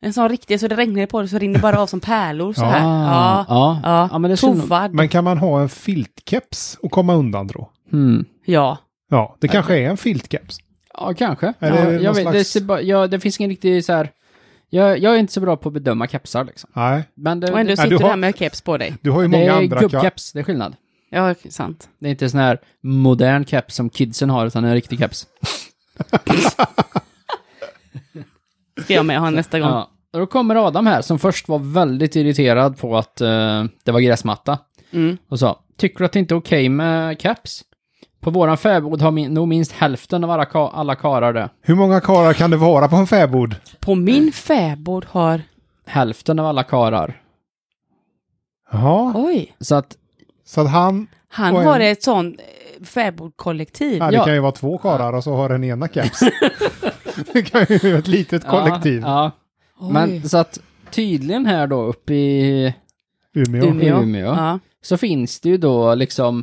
En sån riktig, så det regnar på det så rinner det bara av som pärlor så
Ja.
här. Ja.
Ah. ja.
Ja,
men det skulle nog-
tovad.
men kan man ha en filtkeps och komma undan då?
Hmm.
Ja.
Ja, det kanske är en filtkeps.
Ja, kanske.
Eller är
ja,
det någon
jag, vet, det,
slags-
ser bara, ja, det finns ingen riktig så här... Jag, jag är inte så bra på att bedöma kepsar liksom.
Nej,
Men det,
Och ändå
det,
du
sitter du
har-
här med keps på dig.
du har ju
det
många
är
andra. ka-
gubbkeps, det är skillnad.
Ja, sant.
Det är inte sån här modern keps som kidsen har, utan en riktig keps.
Ska jag med ha nästa gång.
Ja. Och Då kommer Adam här, som först var väldigt irriterad på att eh, det var gräsmatta.
Mm.
Och sa, tycker du att det inte är okej med keps? På våran fäbod har min, nog minst hälften av alla, ka- alla karar det.
Hur många karlar kan det vara på en fäbod?
På min fäbod har...
Hälften av alla karar.
Jaha,
Oj.
Så att,
så att han...
Han
Och en-
har ett sånt eh, fäbodkollektiv.
Ja, det
Ja.
kan ju vara två karlar och så har den ena keps. det kan ju vara ett litet kollektiv.
Ja, ja.
Oj.
Men så att tydligen här då uppe i
Umeå.
Umeå.
Umeå, Umeå
Ja.
så finns det ju då liksom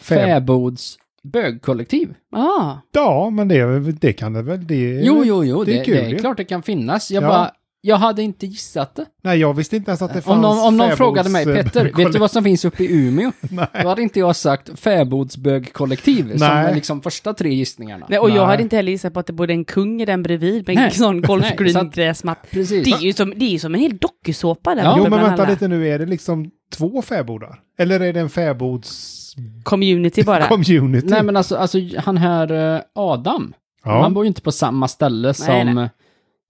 Fäb-
fäbods bögkollektiv.
Ah.
Ja, men det, det kan det väl. Det,
Jo, jo, jo,
det är
det, det,
kul ju.
är klart det kan finnas. Jag
Ja.
bara, jag hade inte gissat det.
Nej, jag visste inte ens att det fanns
Om någon, om någon
fäbods-
frågade mig, Petter, vet du vad som finns uppe i Umeå?
Nej.
Då hade inte jag sagt fäbodsbögkollektiv, som
Nej.
är liksom första tre gissningarna.
Nej, och
Nej.
jag hade inte heller gissat på att det bodde en kung i den bredvid med en
Nej.
sån
Nej, så att-
golfgreengräsmatta. Det
Precis.
är ju som, det är ju som en hel dokusåpa där
Ja.
uppe
Jo, men
bland
vänta
alla.
lite nu, är det liksom två fäbodar? Eller är det en fäbods...
Community bara.
Community?
Nej, men alltså, alltså han här eh, Adam, han
ja.
bor ju inte på samma ställe som, eh,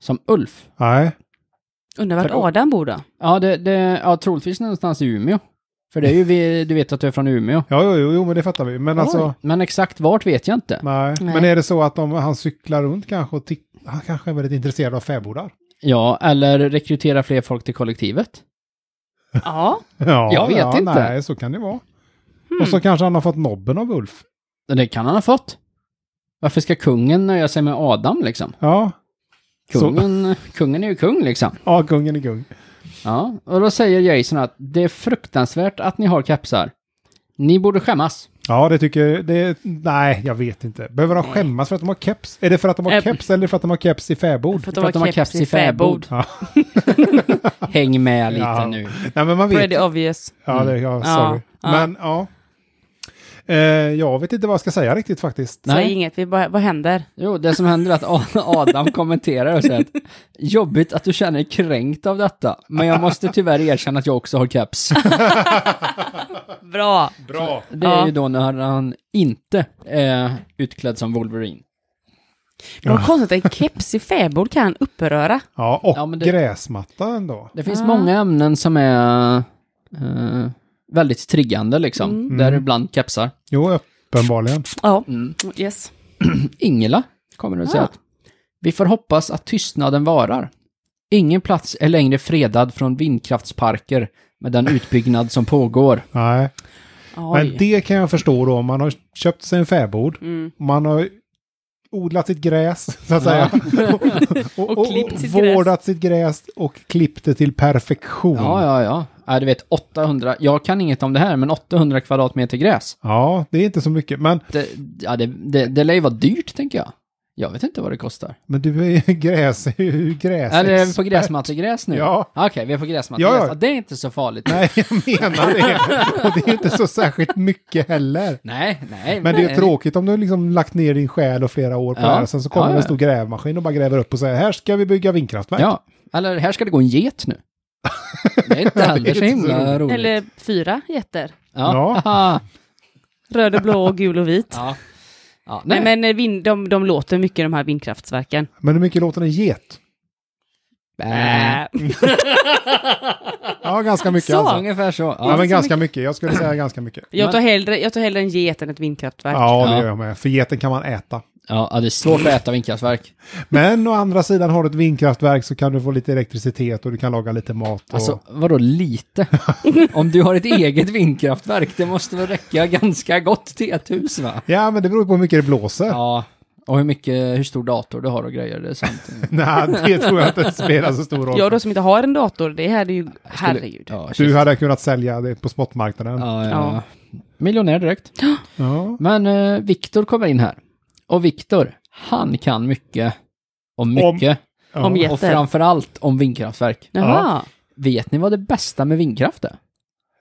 som Ulf.
Nej.
Undrar vart
För-
Adam bor då?
Ja, det, det, ja, troligtvis någonstans i Umeå. För det är ju, vi, du vet att du är från Umeå.
Ja, jo, jo, jo, men det fattar vi. Men alltså...
Men exakt vart vet jag inte.
Nej.
Nej.
Men är det så att om han cyklar runt kanske och titt... Han kanske är väldigt intresserad av fäbodar?
Ja, eller rekrytera fler folk till kollektivet.
Ja,
Ja,
Jag vet
ja,
inte.
Nej, så kan det vara. Och så kanske han har fått nobben av Ulf.
Det kan han ha fått. Varför ska kungen nöja sig med Adam liksom?
Ja, Så-
Kungen, kungen är ju kung liksom.
ja kungen är kung.
Ja, och då säger Jason att det är fruktansvärt att ni har kepsar. Ni borde skämmas.
Ja, det tycker det, Nej, jag vet inte. Behöver de skämmas för att de har keps? Är det för att de har
Äm.
keps eller för att de har keps i fäbod?
för att de har keps, i fäbod.
Häng med lite
Ja.
nu.
Nej, men man vet.
Pretty obvious.
Ja, det, ja sorry.
Ja, ja.
Men ja. Eh, jag vet inte vad jag ska säga riktigt faktiskt.
Nej.
Säg inget, vi bara, vad händer?
Jo, det som händer är att A- Adam kommenterar och säger att jobbigt att du känner dig kränkt av detta, men jag måste tyvärr erkänna att jag också har keps.
Bra!
Bra.
Det är
Ja.
ju då när han inte är utklädd som Wolverine.
Vad konstigt att en keps i fäbod kan uppröra.
Ja, och
Ja, men det-
gräsmatta ändå.
Det finns
Ah.
många ämnen som är eh, väldigt triggande liksom,
Mm.
Mm.
däribland kepsar.
Jo, uppenbarligen.
Ja,
Mm.
yes.
Ingela kommer att säga
Ah.
att vi får hoppas att tystnaden varar. Ingen plats är längre fredad från vindkraftsparker med den utbyggnad som pågår.
Nej.
Oj.
Men det kan jag förstå då om man har köpt sig en fäbod.
Mm.
Man har odlat sitt gräs, så att säga. och,
Och klippt sitt gräs.
vårdat sitt gräs och klippt det till perfektion.
Ja, ja, ja. Ja, Äh, du vet 800, jag kan inget om det här, men 800 kvadratmeter gräs.
Ja, det är inte så mycket. Men,
Det, ja, det, det, det lär ju vara dyrt, tänker jag. Jag vet inte vad det kostar.
men du är ju gräs, hur gräs...
Är det på gräsmattegräs nu? Ah,
Ja.
Okej, vi är på gräsmattegräs.
Ja,
Ja,
ja.
Det är inte så farligt.
Nej, jag menar det. Och det är inte så särskilt mycket heller.
Nej, nej.
Men det är
nej.
ju tråkigt om du liksom lagt ner din själ och flera år på
Ja.
det här. Sen så kommer
Ja, ja.
en stor grävmaskin och bara gräver upp och säger här ska vi bygga vindkraftverk.
Ja, eller här ska det gå en get nu. Det är inte heller så
inte så
himla roligt.
Eller fyra jätter.
Ja. Ja.
Röd och blå och gul och vit.
ja. ja. Nej,
Nej, men eh, vind, de, de låter mycket de här vindkraftverken.
Men hur mycket låter en get?
Äh.
Ja, ganska mycket
Så,
alltså.
ungefär så. Ja.
Ja, men ganska mycket. Jag skulle säga ganska mycket.
Jag
Men-
tar, hellre, jag tar hellre en get än ett vindkraftverk.
Ja, det
Ja.
gör jag med. För geten kan man äta.
Ja, ja, det är svårt att äta vindkraftverk.
Men å andra sidan har du ett vindkraftverk så kan du få lite elektricitet och du kan laga lite mat. Och...
Alltså, vadå lite? Om du har ett eget vindkraftverk, det måste väl räcka ganska gott till ett hus, va?
Ja, men det beror på hur mycket det blåser.
Ja, och hur, mycket, hur stor dator du har och grejer, det är sant.
Nej, det tror jag inte spelar så stor roll.
Jag då som inte har en dator, det här är ju... Herregud.
Ja, shit.
Du hade kunnat sälja det på spotmarknaden.
ja, ja. ja. Miljonär direkt.
Ja.
Men eh, Viktor kommer in här. Och Viktor, han kan mycket. Om mycket.
Ja.
Om
och
jätter.
framförallt om vindkraftverk.
Jaha.
Vet ni vad det bästa med vindkraft är?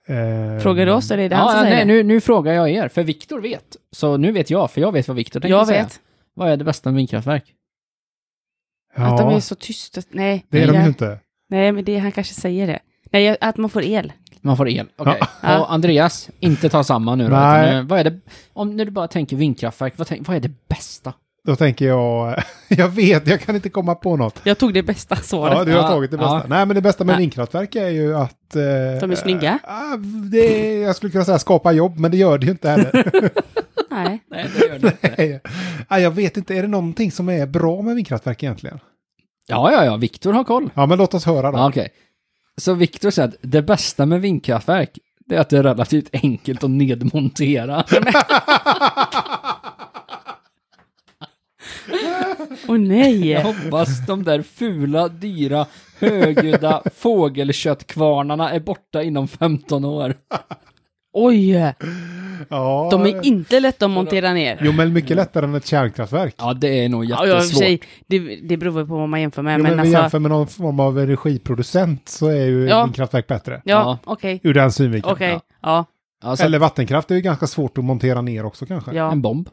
Ehm,
Frågar du oss eller är det han
Ja,
som säger
nej,
det?
nu, nu frågar jag er, för Viktor vet. Så nu vet jag, för jag vet vad Viktor tänkte
jag
säga.
vet.
Vad är det bästa med vindkraftverk?
Ja,
Att de är så tysta. Nej,
det är de
nej,
ju inte.
nej men det, han kanske säger det. Nej, jag- att man får el.
Man får el. Okej.
Ja.
Och Andreas, inte ta samma nu då.
Nej.
utan, eh, Vad är det, om när du bara tänker vindkraftverk, vad, tänk, vad är det bästa?
Då tänker jag, jag vet, jag kan inte komma på något.
Jag tog det bästa svaret.
Ja, du har
Ja,
tagit det bästa.
ja.
Nej, men det bästa med
Nej.
vindkraftverk är ju att... eh,
De är snygga.
ah, det, jag skulle kunna säga skapa jobb, men det gör det ju inte heller.
Nej.
Nej, det gör det inte.
Nej. Nej, jag vet inte, är det någonting som är bra med vindkraftverk egentligen?
Ja, ja, ja, Viktor har koll.
Ja, men låt oss höra då.
Ja, Okej. Så Viktor säger att det bästa med vindkraftverk, det är att det är relativt enkelt att nedmontera.
Åh nej.
Jag hoppas de där fula, dyra, högljudda fågelköttkvarnarna är borta inom 15 år.
Oj.
Ja.
De är inte lätta att montera ner.
Jo, men mycket lättare än ett kärnkraftverk.
Ja, det är nog
Ja, jag i och för
jättesvårt.
sig, det, det beror väl på vad man jämför med.
jo, men
men
vi
alltså,
jämför med någon form av energiproducent så är ju
Ja.
vindkraftverk bättre.
Ja.
Ja, okej.
Ur den synvinkeln.
Okej,
ja.
ja.
Alltså,
Eller vattenkraft är ju ganska svårt att montera ner också kanske.
ja.
En bomb.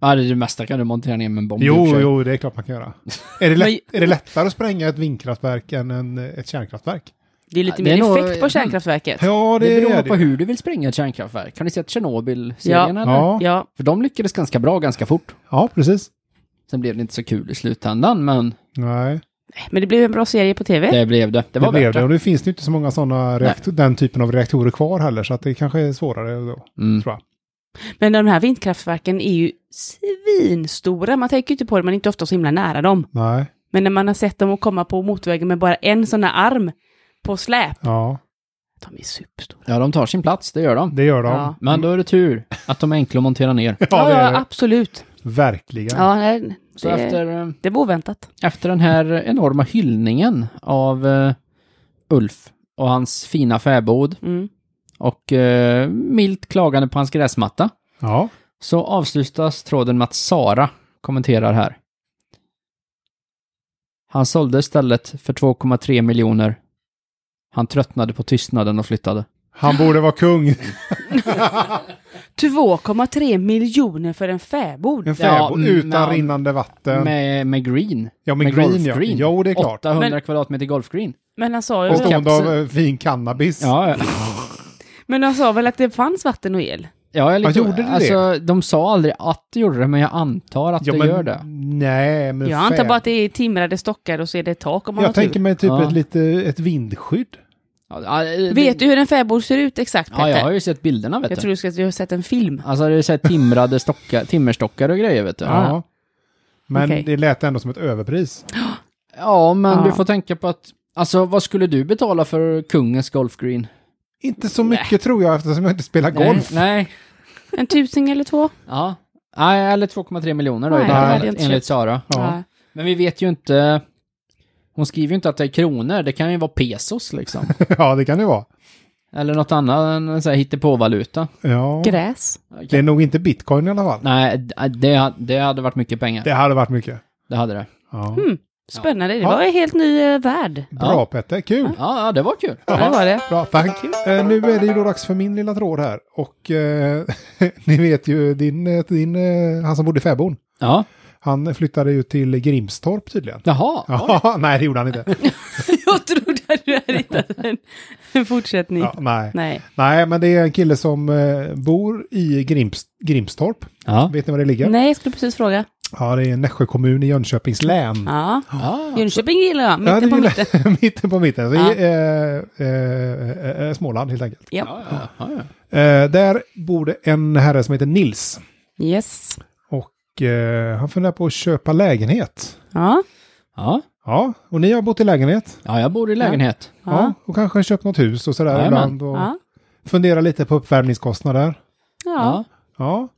Ja, det, är det mesta kan du montera ner med en bomb. i och
Jo,
för sig.
jo, det är klart man kan göra. Är det, lätt, är det lättare att spränga ett vindkraftverk än en, ett kärnkraftverk?
Det är lite
Det är
mer
nog-
effekt på kärnkraftverket.
Ja,
Det beror
är
på hur du vill spränga ett kärnkraftverk. Har ni sett Tjernobyl-serien
Ja.
eller?
Ja,
Ja,
För de lyckades ganska bra ganska fort.
ja, precis.
Sen blev det inte så kul i slutändan, men
Nej,
men det blev en bra serie på tv.
det blev det. Det
det
var
blev
värt
det.
det.
Och det finns ju inte så många sådana reaktor, den typen av reaktorer kvar heller, så att det kanske är svårare då,
Mm.
tror jag.
Men de här vindkraftverken är ju svinstora. Man tänker ju inte på det, man är inte ofta så himla nära dem.
Nej,
Men när man har sett dem och komma på motorvägen med bara en sån här arm på släp.
ja,
De är superstora.
Ja, de tar sin plats, det gör de.
det gör de.
Ja.
Men då är det tur att de är enkla att montera ner.
Ja,
Ja,
det är
ja,
det.
absolut.
Verkligen.
Ja, nej,
Så
det,
efter, eh,
det var oväntat.
efter den här enorma hyllningen av eh, Ulf och hans fina fäbod
Mm.
och eh, milt klagande på hans gräsmatta
Ja.
så avslutas tråden med att Sara kommenterar här. Han sålde stället för 2,3 miljoner. Han tröttnade på tystnaden och flyttade.
Han borde vara kung.
2,3 miljoner för en fäbod.
En fäbod
men-
utan rinnande vatten.
Med, med green.
ja, men
med
green ja.
golfgreen.
Jo, det är klart.
800
Men-
kvadratmeter golfgreen.
Men han sa ju
Och
Åtta-
stående av
kapsel.
eh, fin cannabis.
Ja, ja.
Men han sa väl att det fanns vatten och el?
Ja, jag lite,
Ja, gjorde det
alltså, De sa aldrig att det gjorde det, men jag antar att
Ja,
det
men-
gör det.
Nej, men
Jag antar
fäbod-
bara att det är timrade stockar och så är det tak om man
Jag
har
tänker
tur.
mig typ
Ja.
ett, lite, ett vindskydd.
Ja, det-
Vet du hur en fäbod ser ut exakt Peter?
Ja, jag har ju sett bilderna, vet
jag
du.
tror du ska att du har sett en film.
Alltså, det är så här timrade stockar, timmerstockar och grejer, vet du.
Ja. Men
Okej.
det lät ändå som ett överpris.
Ja, men
Ja.
du får tänka på att... Alltså, vad skulle du betala för kungens golfgreen?
Inte så mycket tror jag eftersom jag inte spelar golf.
Nej, nej.
En tusing eller två?
Ja. Nej, eller 2,3 miljoner då
Nej,
i det
det
här
hade
jag
fallet,
inte
enligt
köpt.
Sara.
Ja.
Men vi vet ju inte... Hon skriver ju inte att det är kronor, det kan ju vara pesos liksom.
ja, det kan det vara.
eller något annat, en sån här hittepåvaluta.
Ja.
Gräs.
Det är nog inte bitcoin i alla fall.
Nej, d- det, det hade varit mycket pengar.
Det
Det,
hade varit mycket.
hade det.
Ja.
Spännande, det
Ja.
var en helt ny eh, värld.
Bra Petter, kul!
Ja, ja, det var kul.
Ja, det var det.
Bra, tack! Eh, nu är det ju då dags för min lilla tråd här. Och eh, ni vet ju, din, eh, din, eh, han som bodde i Fäbon,
Ja.
han flyttade ju till Grimstorp tydligen.
Jaha.
Ja, nej, det gjorde han inte.
Jag trodde att du hade hittat en, en fortsättning.
Ja, nej.
Nej.
nej, men det är en kille som eh, bor i Grims, Grimstorp.
Ja.
Vet ni var det ligger?
Nej, jag skulle precis fråga.
Ja, det är Nässjö kommun i Jönköpings län.
Ja.
ja.
Jönköping gillar jag, mitten
Ja, det
på
gillar-
mitten.
mitten på mitten. Så,
Ja.
eh, eh, eh, eh, Småland helt enkelt.
Ja.
Ja, ja, ja, ja.
Eh, där bor det en herre som heter Nils.
Yes.
Och eh, han funderar på att köpa lägenhet.
Ja.
ja.
Ja, och ni har bott i lägenhet.
ja jag bor i lägenhet.
Ja.
Ja.
och kanske köpt något hus och sådär
Jajamän.
ibland. Och
Ja.
Funderar lite på uppvärmningskostnader.
Ja.
Ja.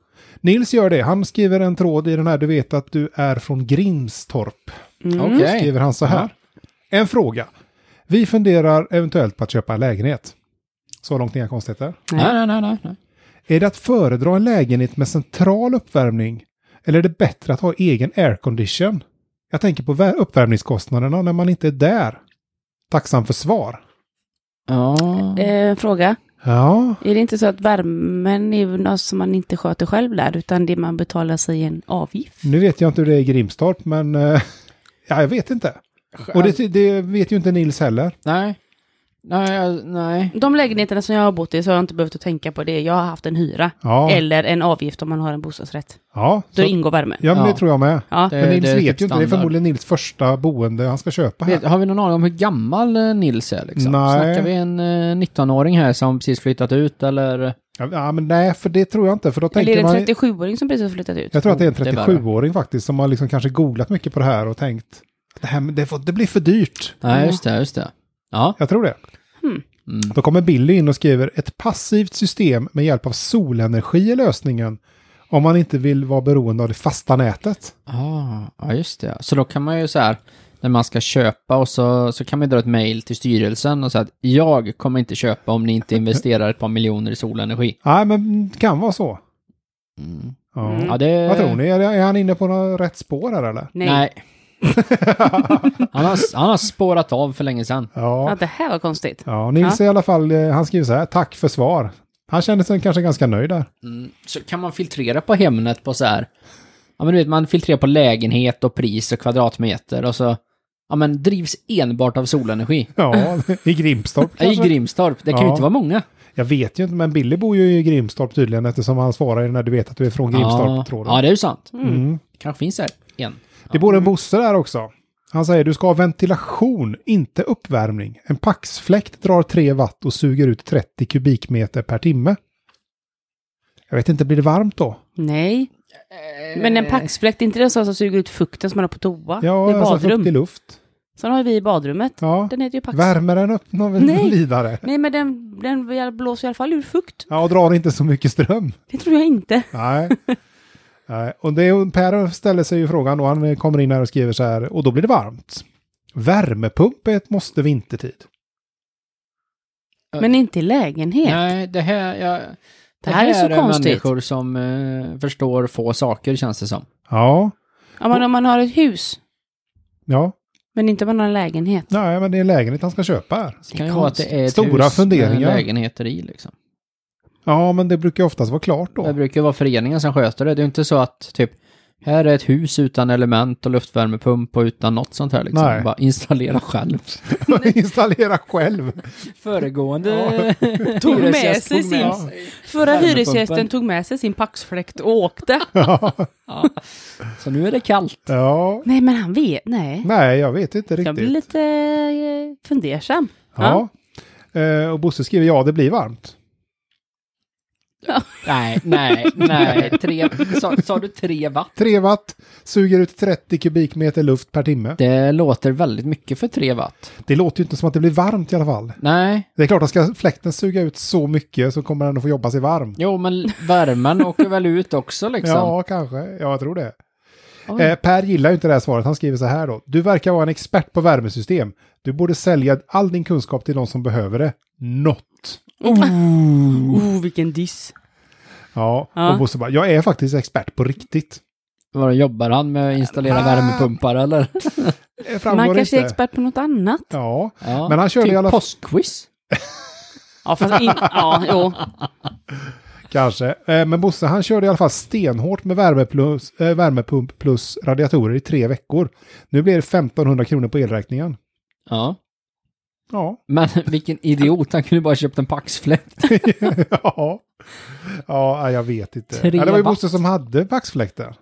Nils gör det. Han skriver en tråd i den här. Du vet att du är från Grimstorp.
Mm.
Okej.
Skriver han så här. En fråga. Vi funderar eventuellt på att köpa en lägenhet. Så långt inga konstigheter.
Nej, nej, nej, nej, nej.
Är det att föredra en lägenhet med central uppvärmning? Eller är det bättre att ha egen aircondition? Jag tänker på vä- uppvärmningskostnaderna när man inte är där. Tacksam för svar.
Ja.
Eh, fråga.
Ja,
Är det inte så att värmen är ju något som man inte sköter själv där, utan det man betalar sig en avgift?
nu vet jag inte hur det är i Grimstorp, men eh, ja, jag vet inte. Och det, det vet ju inte Nils heller.
Nej. Nej, jag- nej.
Mm.
De lägenheterna som jag har bott i så har jag inte behövt att tänka på det. Jag har haft en hyra.
Ja,
Eller en avgift om man har en bostadsrätt.
ja,
Då
så,
ingår värmen.
ja men det
Ja.
tror jag med.
Ja.
Det-
Men Nils
det är
vet ju
typ
inte, det är
standard.
förmodligen Nils första boende han ska köpa här.
Vet, har vi någon aning om hur gammal eh, Nils är liksom?
Nej.
Snackar vi en eh, 19-åring här som precis flyttat ut eller?
Ja, men nej, för det tror jag inte, för då
Eller är
tänker
det
man...
en 37-åring som precis har flyttat ut?
Jag tror att det är en
Oh, Det är värre.
37-åring faktiskt som har liksom kanske googlat mycket på det här och tänkt att det, här, det, får, det blir för dyrt.
Nej, just det, just det. Ja.
Jag tror det.
Mm.
Då kommer Billy in och skriver ett passivt system med hjälp av solenergi är lösningen om man inte vill vara beroende av det fasta nätet.
Ah, ja, just det. Så då kan man ju så här, när man ska köpa och så, så kan man ju dra ett mejl till styrelsen och säga att jag kommer inte köpa om ni inte investerar ett par miljoner i solenergi.
Nej, men det kan vara så.
Mm.
Ja.
Ja, det...
Mm. Vad tror ni? Är, är han inne på något rätt spår här eller?
Nej.
Nej. han, har, han har spårat av för länge sedan.
Ja.
Ja, det här var konstigt.
ja Nils i alla fall, eh, han skriver så här, tack för svar. Han kände sig kanske ganska nöjd där.
Mm. Så kan man filtrera på Hemnet på så här, ja men du vet, man filtrerar på lägenhet och pris och kvadratmeter och så, ja men drivs enbart av solenergi.
Ja, i Grimstorp
I
kanske.
Grimstorp, det kan ju
Ja.
inte vara många.
Jag vet ju inte, men Billy bor ju i Grimstorp tydligen eftersom han svarar i den här du vet att du är från
ja.
Grimstorp. tror du.
ja, det är ju sant.
Mm.
kanske finns här en.
Det bor en Bosse där också. Han säger du ska ha ventilation, inte uppvärmning. En paxfläkt drar 3 watt och suger ut 30 kubikmeter per timme. Jag vet inte, blir det varmt då?
Nej.
Eh.
Men en paxfläkt, inte den sån som suger ut fukten som man har på toa?
Ja,
I
alltså
badrum.
fukt i luft.
Sån har vi i badrummet.
Ja.
Den heter ju pax.
Värmer den upp någon
Nej.
vidare?
Nej, men den, den blåser i alla fall ur fukt.
Ja, och drar inte så mycket ström.
Det tror jag inte.
Nej. Nej. Och det, är- per ställer sig ju frågan och han kommer in här och skriver så här, och då blir det varmt. Värmepump är ett måste vintertid.
Men inte i lägenhet.
Nej, det här... Jag, det,
Det här är så konstigt.
människor som eh, förstår få saker, känns det som.
Ja,
Ja, men om man har ett hus,
ja.
men inte om man har en lägenhet.
Nej, men det är lägenhet han ska köpa här.
Det kan ju vara att det är ett
Stora
hus
funderingar.
med lägenheter i, liksom.
Ja, men det brukar ju oftast vara klart
Det
då.
brukar ju vara föreningen som sköter det. Det är ju inte så att, typ, här är ett hus utan element och luftvärmepump och utan något sånt här, liksom.
Nej.
Bara installera själv.
Installera själv.
Föregående
Tog med
hyresgäst
sig
tog
sin- Förra
Värmepumpen.
hyresgästen tog med sig sin paxfläkt och åkte.
Ja. Så nu är det kallt.
Ja.
nej, men han vet. Nej.
Nej, jag vet inte
Jag blir
riktigt.
lite eh, fundersam.
Ja. Eh, och Bosse skriver ja, det blir varmt.
Nej, nej, nej. Tre, sa, sa du tre watt?
3 watt suger ut 30 kubikmeter luft per timme.
Det låter väldigt mycket för tre watt.
Det låter ju inte som att det blir varmt i alla fall.
Nej,
Det är klart att ska fläkten suga ut så mycket så kommer den att få jobba sig varm.
jo men värmen åker väl ut också liksom.
Ja, kanske. Ja, jag tror det. Eh, per gillar ju inte det här svaret. Han skriver så här då. Du verkar vara en expert på värmesystem. Du borde sälja all din kunskap till de som behöver det. Något.
Oh, vilken diss.
Ja,
Ja.
och Bosse bara, jag är faktiskt expert på riktigt.
Vadå, jobbar han med att installera
Ah.
värmepumpar eller?
Det framgår
Man kanske är
inte.
expert på något annat.
Ja,
Ja.
Men han körde
typ
i alla-
postquiz.
Ja, fast in, ja, jo.
kanske. Eh, men Bosse, han körde i alla fall stenhårt med värme plus, eh, värmepump plus radiatorer i tre veckor. Nu blir det 1500 kronor på elräkningen.
Ja.
Ja.
Men vilken idiot, han kunde bara köpt en paxfläkt.
ja. Ja, jag vet inte.
Tre
ja, det var ju
watt.
Bosse som hade vaxfläkten.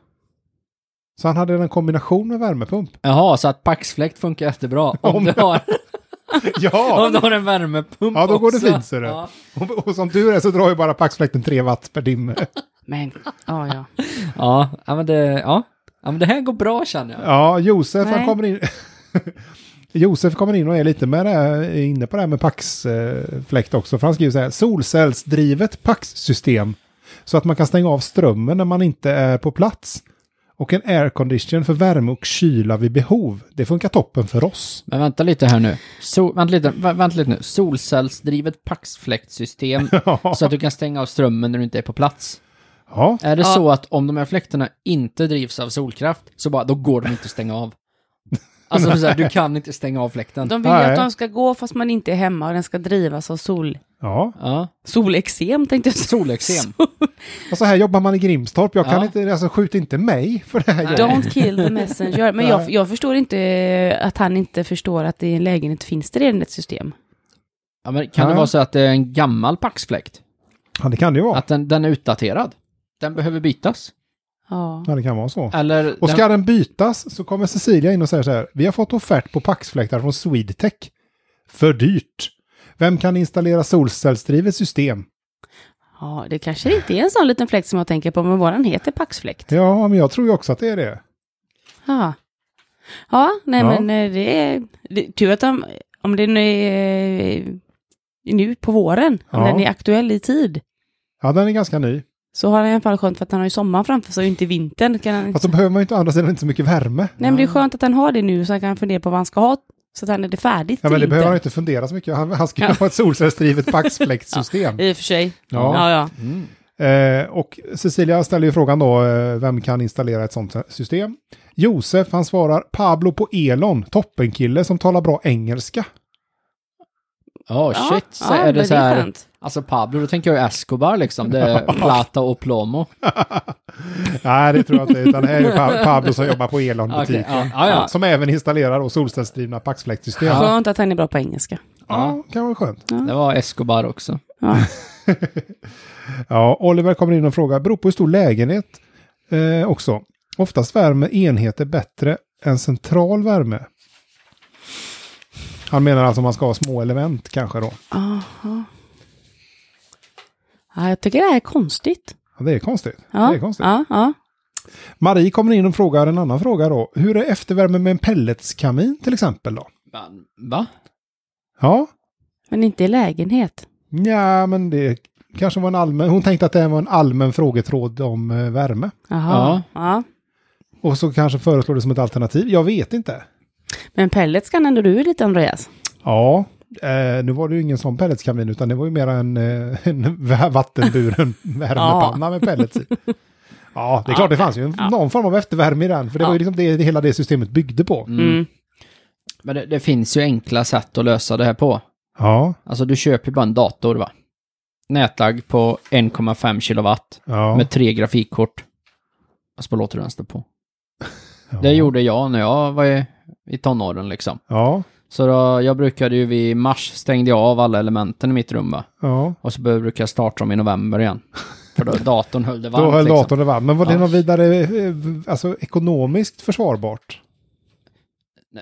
Så han hade en kombination med värmepump.
Jaha, så att paxfläkt funkar jättebra. Om,
Om-
du, har,
Ja,
om du har en värmepump
Ja, då går det
också.
fint, ser du.
Ja.
och, och som tur är så drar ju bara paxfläkten 3 watt per timme.
Men, ja, ja.
Ja, ja, men det, ja. ja, men det här går bra känner jag.
Ja, Josef han
Nej.
kommer in. Josef kommer in och är lite med det här, inne på det här med paxfläkt också. För han skriver så här, solcellsdrivet paxsystem. Så att man kan stänga av strömmen när man inte är på plats. Och en aircondition för värme och kyla vid behov. Det funkar toppen för oss.
Men vänta lite här nu. Sol, vänta, lite, vä- vänta lite nu. Solcellsdrivet paxfläktsystem så att du kan stänga av strömmen när du inte är på plats.
Ja,
Är det
Ja.
så att om de här fläktarna inte drivs av solkraft så bara, då går de inte att stänga av? Alltså så här, du kan inte stänga av fläkten.
De vill ju
Nej.
att de ska gå fast man inte är hemma och den ska drivas av sol,
ja.
Ja,
solexem tänkte jag säga.
solexem.
Och så här jobbar man i Grimstorp. Jag kan
Ja.
inte, alltså skjut inte mig för det här jobbet.
Don't kill the messenger. Men jag, jag förstår inte eh, att han inte förstår att i en lägenhet finns det redan ett system.
Ja, men kan det
Ja.
vara så att det är en gammal paxfläkt?
Ja, det kan det ju vara.
Att den, den är utdaterad? Den behöver bytas?
Ja.
Ja, det kan vara så.
Eller...
Och
den,
ska den bytas så kommer Cecilia in och säger så här. Vi har fått offert på paxfläktar från Swedtech. För dyrt. Vem kan installera solcellsdrivet system?
ja, det kanske inte är en sån liten fläkt som jag tänker på, men våran heter paxfläkt.
Ja, men jag tror ju också att det är det.
Ja, ja nej
Ja.
men eh, det är det, tur att de, om den är eh, nu på våren, om
Ja.
den är aktuell i tid,
Ja, den är ganska ny.
så har han i alla fall skönt för att han har ju sommaren framför sig och inte vintern. Kan han,
Fast så behöver man ju inte å andra sidan inte så mycket värme.
nej men det är skönt att han har det nu så han kan fundera på vad han ska ha, så att han är det färdigt
Ja, men det
till
behöver han
vintern.
inte fundera så mycket. Han, han ska ju ha ett solcellsdrivet paxfläktsystem.
I och för sig.
Ja.
Ja, ja.
Mm.
Eh, och Cecilia ställer ju frågan då, eh, vem kan installera ett sånt system? Josef, han svarar Pablo på Elon, toppenkille som talar bra engelska.
Ja,
ja.
shit. Så är
men
det så här...
skönt.
Alltså Pablo, då tänker jag ju Escobar liksom. Det är Plata och Plomo.
Nej, det tror jag inte, utan det är ju Pa- Pablo som jobbar på
Okej,
Elon-butiken.
ja, ja, ja.
Som även installerar då solcellsdrivna paxfläktsystem. Ja.
Skönt att han är bra på engelska.
kan vara skönt.
Det var Escobar också.
Ja.
Ja, Oliver kommer in och frågar, beror på hur stor lägenhet eh, också. Oftast värmer enheter bättre än central värme. Han menar alltså om man ska ha små element kanske då.
Ja, jag tycker det här är konstigt.
Ja, det är konstigt.
Ja,
Det är konstigt.
Ja, ja.
Marie kommer in och frågar en annan fråga då. Hur är eftervärme med en pelletskamin till exempel då?
Men, Va?
Ja,
Men inte i lägenhet.
ja men det kanske var en allmän... Hon tänkte att det här var en allmän frågetråd om eh, värme.
Jaha. Ja.
Och så kanske föreslår det som ett alternativ. Jag vet inte.
Men pellets kan ändå du lite, Andreas.
Ja, eh, nu var det ju ingen sån pelletskamin utan det var ju mer en, eh, en va- vattenburen värmepanna med pellets i. Ja, det är klart det fanns ju en, någon form av eftervärme i den. För det var ju liksom det, det hela det systemet byggde på.
Mm.
Men det, det finns ju enkla sätt att lösa det här på.
Ja,
Alltså du köper ju bara en dator va? Nätlagg på 1,5 kilowatt
ja.
med tre grafikkort. Och så bara låter du den stå på. Det gjorde jag när jag var i, i tonåren liksom.
Ja,
Så då, jag brukade ju vid mars stängde jag av alla elementen i mitt rum va?
ja.
Och så brukade jag starta dem i november igen. För då datorn höll det varmt
Då höll
liksom.
datorn det varmt. Men var det
Ja.
något vidare eh, alltså, ekonomiskt försvarbart?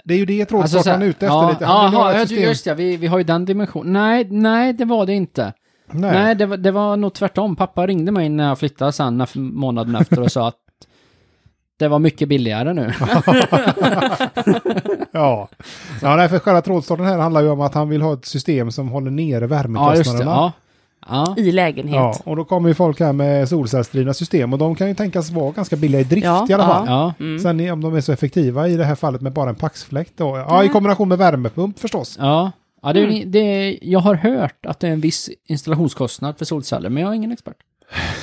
Det är ju det trådstartaren
Alltså, så här-
är ute efter
ja,
lite. Han vill
Jaha,
ha ett
ja,
system.
just ja, vi, vi har ju den dimensionen. Nej, nej, det var det inte.
Nej.
Nej, det, var, det var nog tvärtom. Pappa ringde mig när jag flyttade sen när- månaden efter och sa att det var mycket billigare nu.
Ja. ja, nej, för själva trådstarten här handlar ju om att han vill ha ett system som håller nere
ja, just det.
värmekostnaderna.
Ja. Ja.
I lägenhet.
Ja, och då kommer ju folk här med solcellsdrivna system och de kan ju tänkas vara ganska billiga i drift
Ja,
i alla
ja.
fall.
ja. Mm.
Sen i- om de är så effektiva i det här fallet med bara en paxfläkt då. Ja, i kombination med värmepump förstås.
Ja, ja det, är- det, jag har hört att det är en viss installationskostnad för solceller, men jag är ingen expert.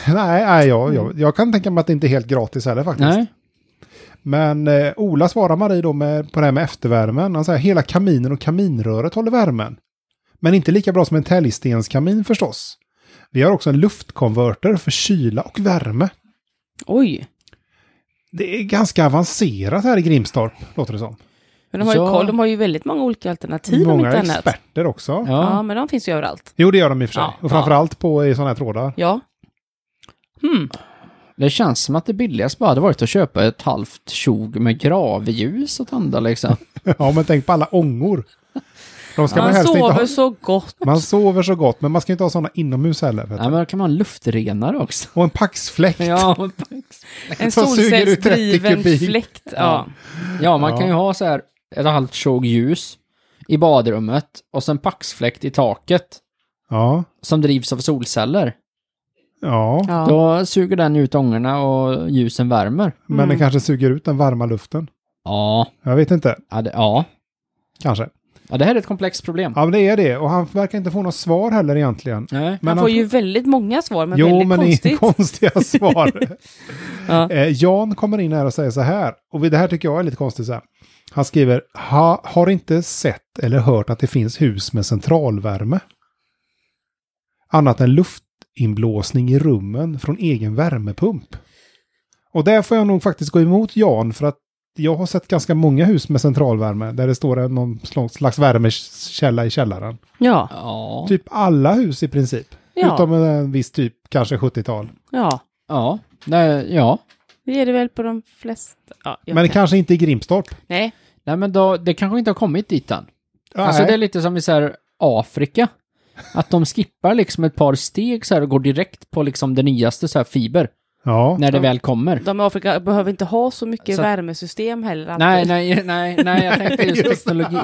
Nej, nej jag, jag, jag kan tänka mig att det inte är helt gratis heller faktiskt.
Nej.
Men eh, Ola svarar Marie då med, på det här med eftervärmen. Han säger hela kaminen och kaminröret håller värmen. Men inte lika bra som en täljstenskamin förstås. Vi har också en luftkonverter för kyla och värme.
Oj,
Det är ganska avancerat här i Grimstorp, låter det som.
men de har ju
Ja.
koll. De har ju väldigt många olika alternativ om
Många
inte annat.
experter också.
Ja.
Ja.
men de finns ju överallt.
Jo, det gör de i och för sig.
Ja,
och framförallt på i sådana här trådar.
Ja. Hmm.
Det känns som att det billigaste bara hade varit att köpa ett halvt tjog med gravljus och tända liksom.
ja, men tänk på alla ångor. De ska man
Man
helst inte
sover
ha.
så gott.
Man sover så gott, men man ska inte ha sådana inomhus heller. Vet du.
Nej, men då kan man ha en luftrenare också.
Och en paxfläkt.
Ja,
En
Som suger ut 30
solcellsdriven
kubik.
fläkt. Ja.
ja man
Ja.
kan ju ha så här ett halvt tjog ljus i badrummet och sen paxfläkt i taket
Ja.
som drivs av solceller.
ja.
Ja.
Då suger den ut ångorna och ljusen värmer.
Men
Mm.
det kanske suger ut den varma luften.
Ja,
Jag vet inte.
ja, det, ja.
Kanske.
ja det här är ett komplext problem.
Ja, men det är det. Och han verkar inte få något svar heller egentligen.
Nej.
Men
man får ju väldigt många svar, men
jo,
väldigt
men det är
konstigt.
konstiga svar.
Ja.
eh, Jan kommer in här och säger så här. Och det här tycker jag är lite konstigt. Så här. Han skriver, ha, har inte sett eller hört att det finns hus med centralvärme. Annat än luftinblåsning i rummen från egen värmepump. Och där får jag nog faktiskt gå emot Jan för att jag har sett ganska många hus med centralvärme där det står en- någon slags slags värmekälla i källaren.
ja.
Ja.
Typ alla hus i princip.
Ja.
Utom en viss typ, kanske 70-tal.
ja,
Ja. Nej, ja.
det är det väl på de flesta. Ja, jag
Men
vet.
kanske inte i Grimstorp.
Nej,
Nej, men då, det kanske inte har kommit dit än. Alltså
Nej.
det är lite som i så här Afrika. Att de skippar liksom ett par steg så här och går direkt på liksom det nyaste så här fiber.
Ja.
När det väl kommer.
de i Afrika behöver inte ha så mycket
Så-
värmesystem heller. alltid.
Nej, nej, nej, nej, jag tänkte just teknologi.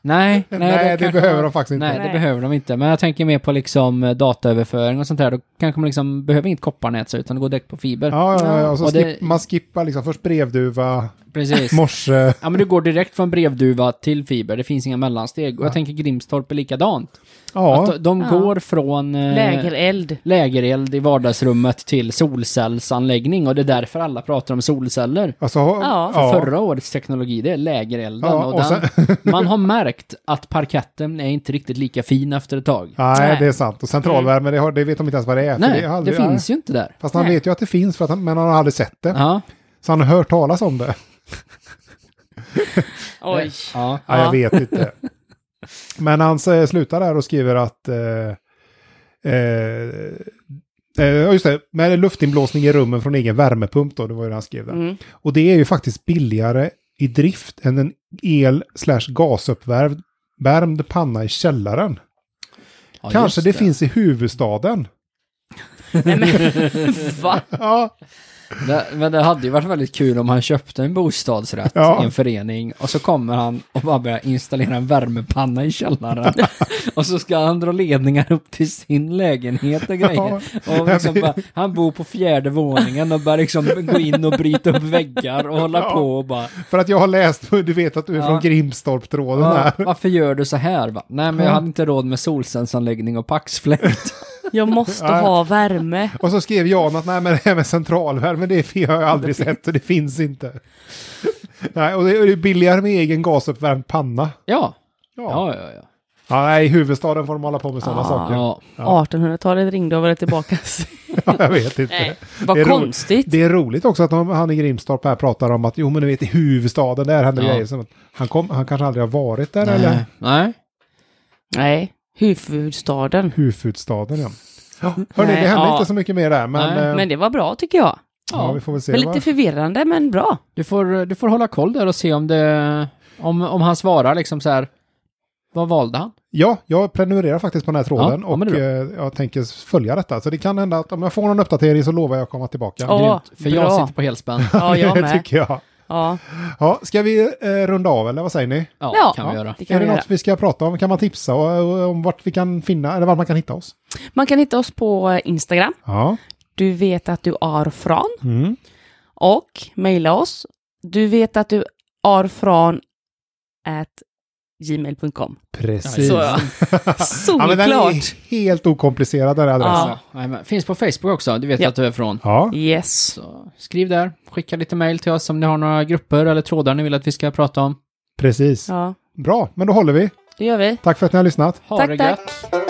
Nej, nej,
Nej, det
kanske-
behöver de faktiskt inte.
Nej, det
Nej.
behöver de inte. Men jag tänker mer på liksom eh, dataöverföring och sånt där. Då kanske man liksom behöver inget kopparnät så, utan det går direkt på fiber.
Ja, ja, ja. Och så
Och det-
skip, man skippar liksom först brevduva,
Precis.
morse.
Ja, men du går direkt från brevduva till fiber. Det finns inga mellansteg. Och jag tänker Grimstorp är likadant.
Ja,
Att de- de
Ja.
går från... eh,
Lägereld.
lägereld i vardagsrummet till solcellsanläggning och det är därför alla pratar om solceller.
alltså,
Ja, för
Förra årets teknologi, det är lägerelden
Ja,
och,
och
den, man har märkt att parketten är inte riktigt lika fin efter ett tag.
Nej,
Nej.
det är sant. Och centralvärme, det, har, det vet de inte ens vad det är. för
Nej,
det,
det,
har aldrig-
finns ju inte där.
Fast han
Nej.
vet ju att det finns, för att han, men han har aldrig sett det.
Ja,
Så han har hört talas om det.
Oj.
ja.
Ja, jag vet inte. Men han eh, slutar där och skriver att... Eh, eh, eh, ja, just det, med luftinblåsning i rummen från egen värmepump då, det var ju det han skrev där.
Mm.
Och det är ju faktiskt billigare i drift än en el slash gasuppvärmd värmd panna i källaren.
Ja,
Kanske
just
det, finns i huvudstaden.
Nej, men va?
Ja,
Det, men det hade ju varit väldigt kul om han köpte en bostadsrätt
Ja.
i en förening och så kommer han och bara börjar installera en värmepanna i källaren. och så ska han dra ledningar upp till sin lägenhet och grejer. Och liksom bara, han bor på fjärde våningen och bara liksom gå in och bryta upp väggar och hålla
Ja.
på och bara
för att jag har läst, du vet att du är
Ja.
från Grimstorp-tråden
"Va,
här.
"Ah, Varför gör du så här? Va? Nej men jag hade inte råd med solcellsanläggning och paxfläkt.
Jag måste
Nej.
ha värme.
Och så skrev Jan att nej men det här med centralvärme det är fel, jag har jag aldrig sett och det finns inte. Nej, och det är ju billigare med egen gasuppvärmd panna.
Ja.
Ja. Ah.
Ja, ja, ja.
ja, nej, i huvudstaden får de hålla på med sådana saker. Ja.
ja.
1800-talet ringde och var det tillbaka.
jag vet inte.
Nej, vad
Det är roligt.
konstigt.
Det är roligt också att de, han i Grimstorp här pratar om att jo men du vet i huvudstaden där händer
Ja.
grejer. Som att han, kom, han kanske aldrig har varit där eller?
Nej. eh, Nej.
Nej, huvudstaden.
Huvudstaden ja. Hörni, det
Nej,
hände
ja.
inte så mycket mer där men,
Nej,
eh,
Men det var bra tycker jag.
ja, vi får väl se.
Men
vad-
lite förvirrande, men bra.
Du får, du får hålla koll där och se om det... Om, om han svarar liksom så här... Vad valde han?
Ja, jag prenumererar faktiskt på den här tråden
Ja, ja,
och
men det
eh, jag tänker följa detta. Så det kan hända att om jag får någon uppdatering så lovar jag att komma tillbaka.
Ja,
Grymt, för jag
bra.
sitter på helspänn.
Ja, jag
Det
med.
tycker jag.
Ja,
Ja, ska vi eh, runda av eller vad säger ni?
Ja,
Ja.
kan vi göra.
det kan
är
vi
det
göra.
något vi ska prata om? Kan man tipsa och, och, om vart vi kan finna eller var man kan hitta oss?
Man kan hitta oss på eh, Instagram.
Ja.
Du vet att du är från.
Mm.
Och mejla oss. Du vet att du är från at gmail.com.
Precis.
Så,
ja.
ja, men den
Solklart.
är helt okomplicerad den här adressen.
Ja, nej, men finns på Facebook också, du vet
Ja.
att du är från.
Ja.
Yes.
Så skriv där, skicka lite mail till oss om ni har några grupper eller trådar ni vill att vi ska prata om.
precis.
Ja,
Bra, men då håller vi.
det gör vi.
Tack för att ni har lyssnat.
Ha
Tack,
det
tack.
gött!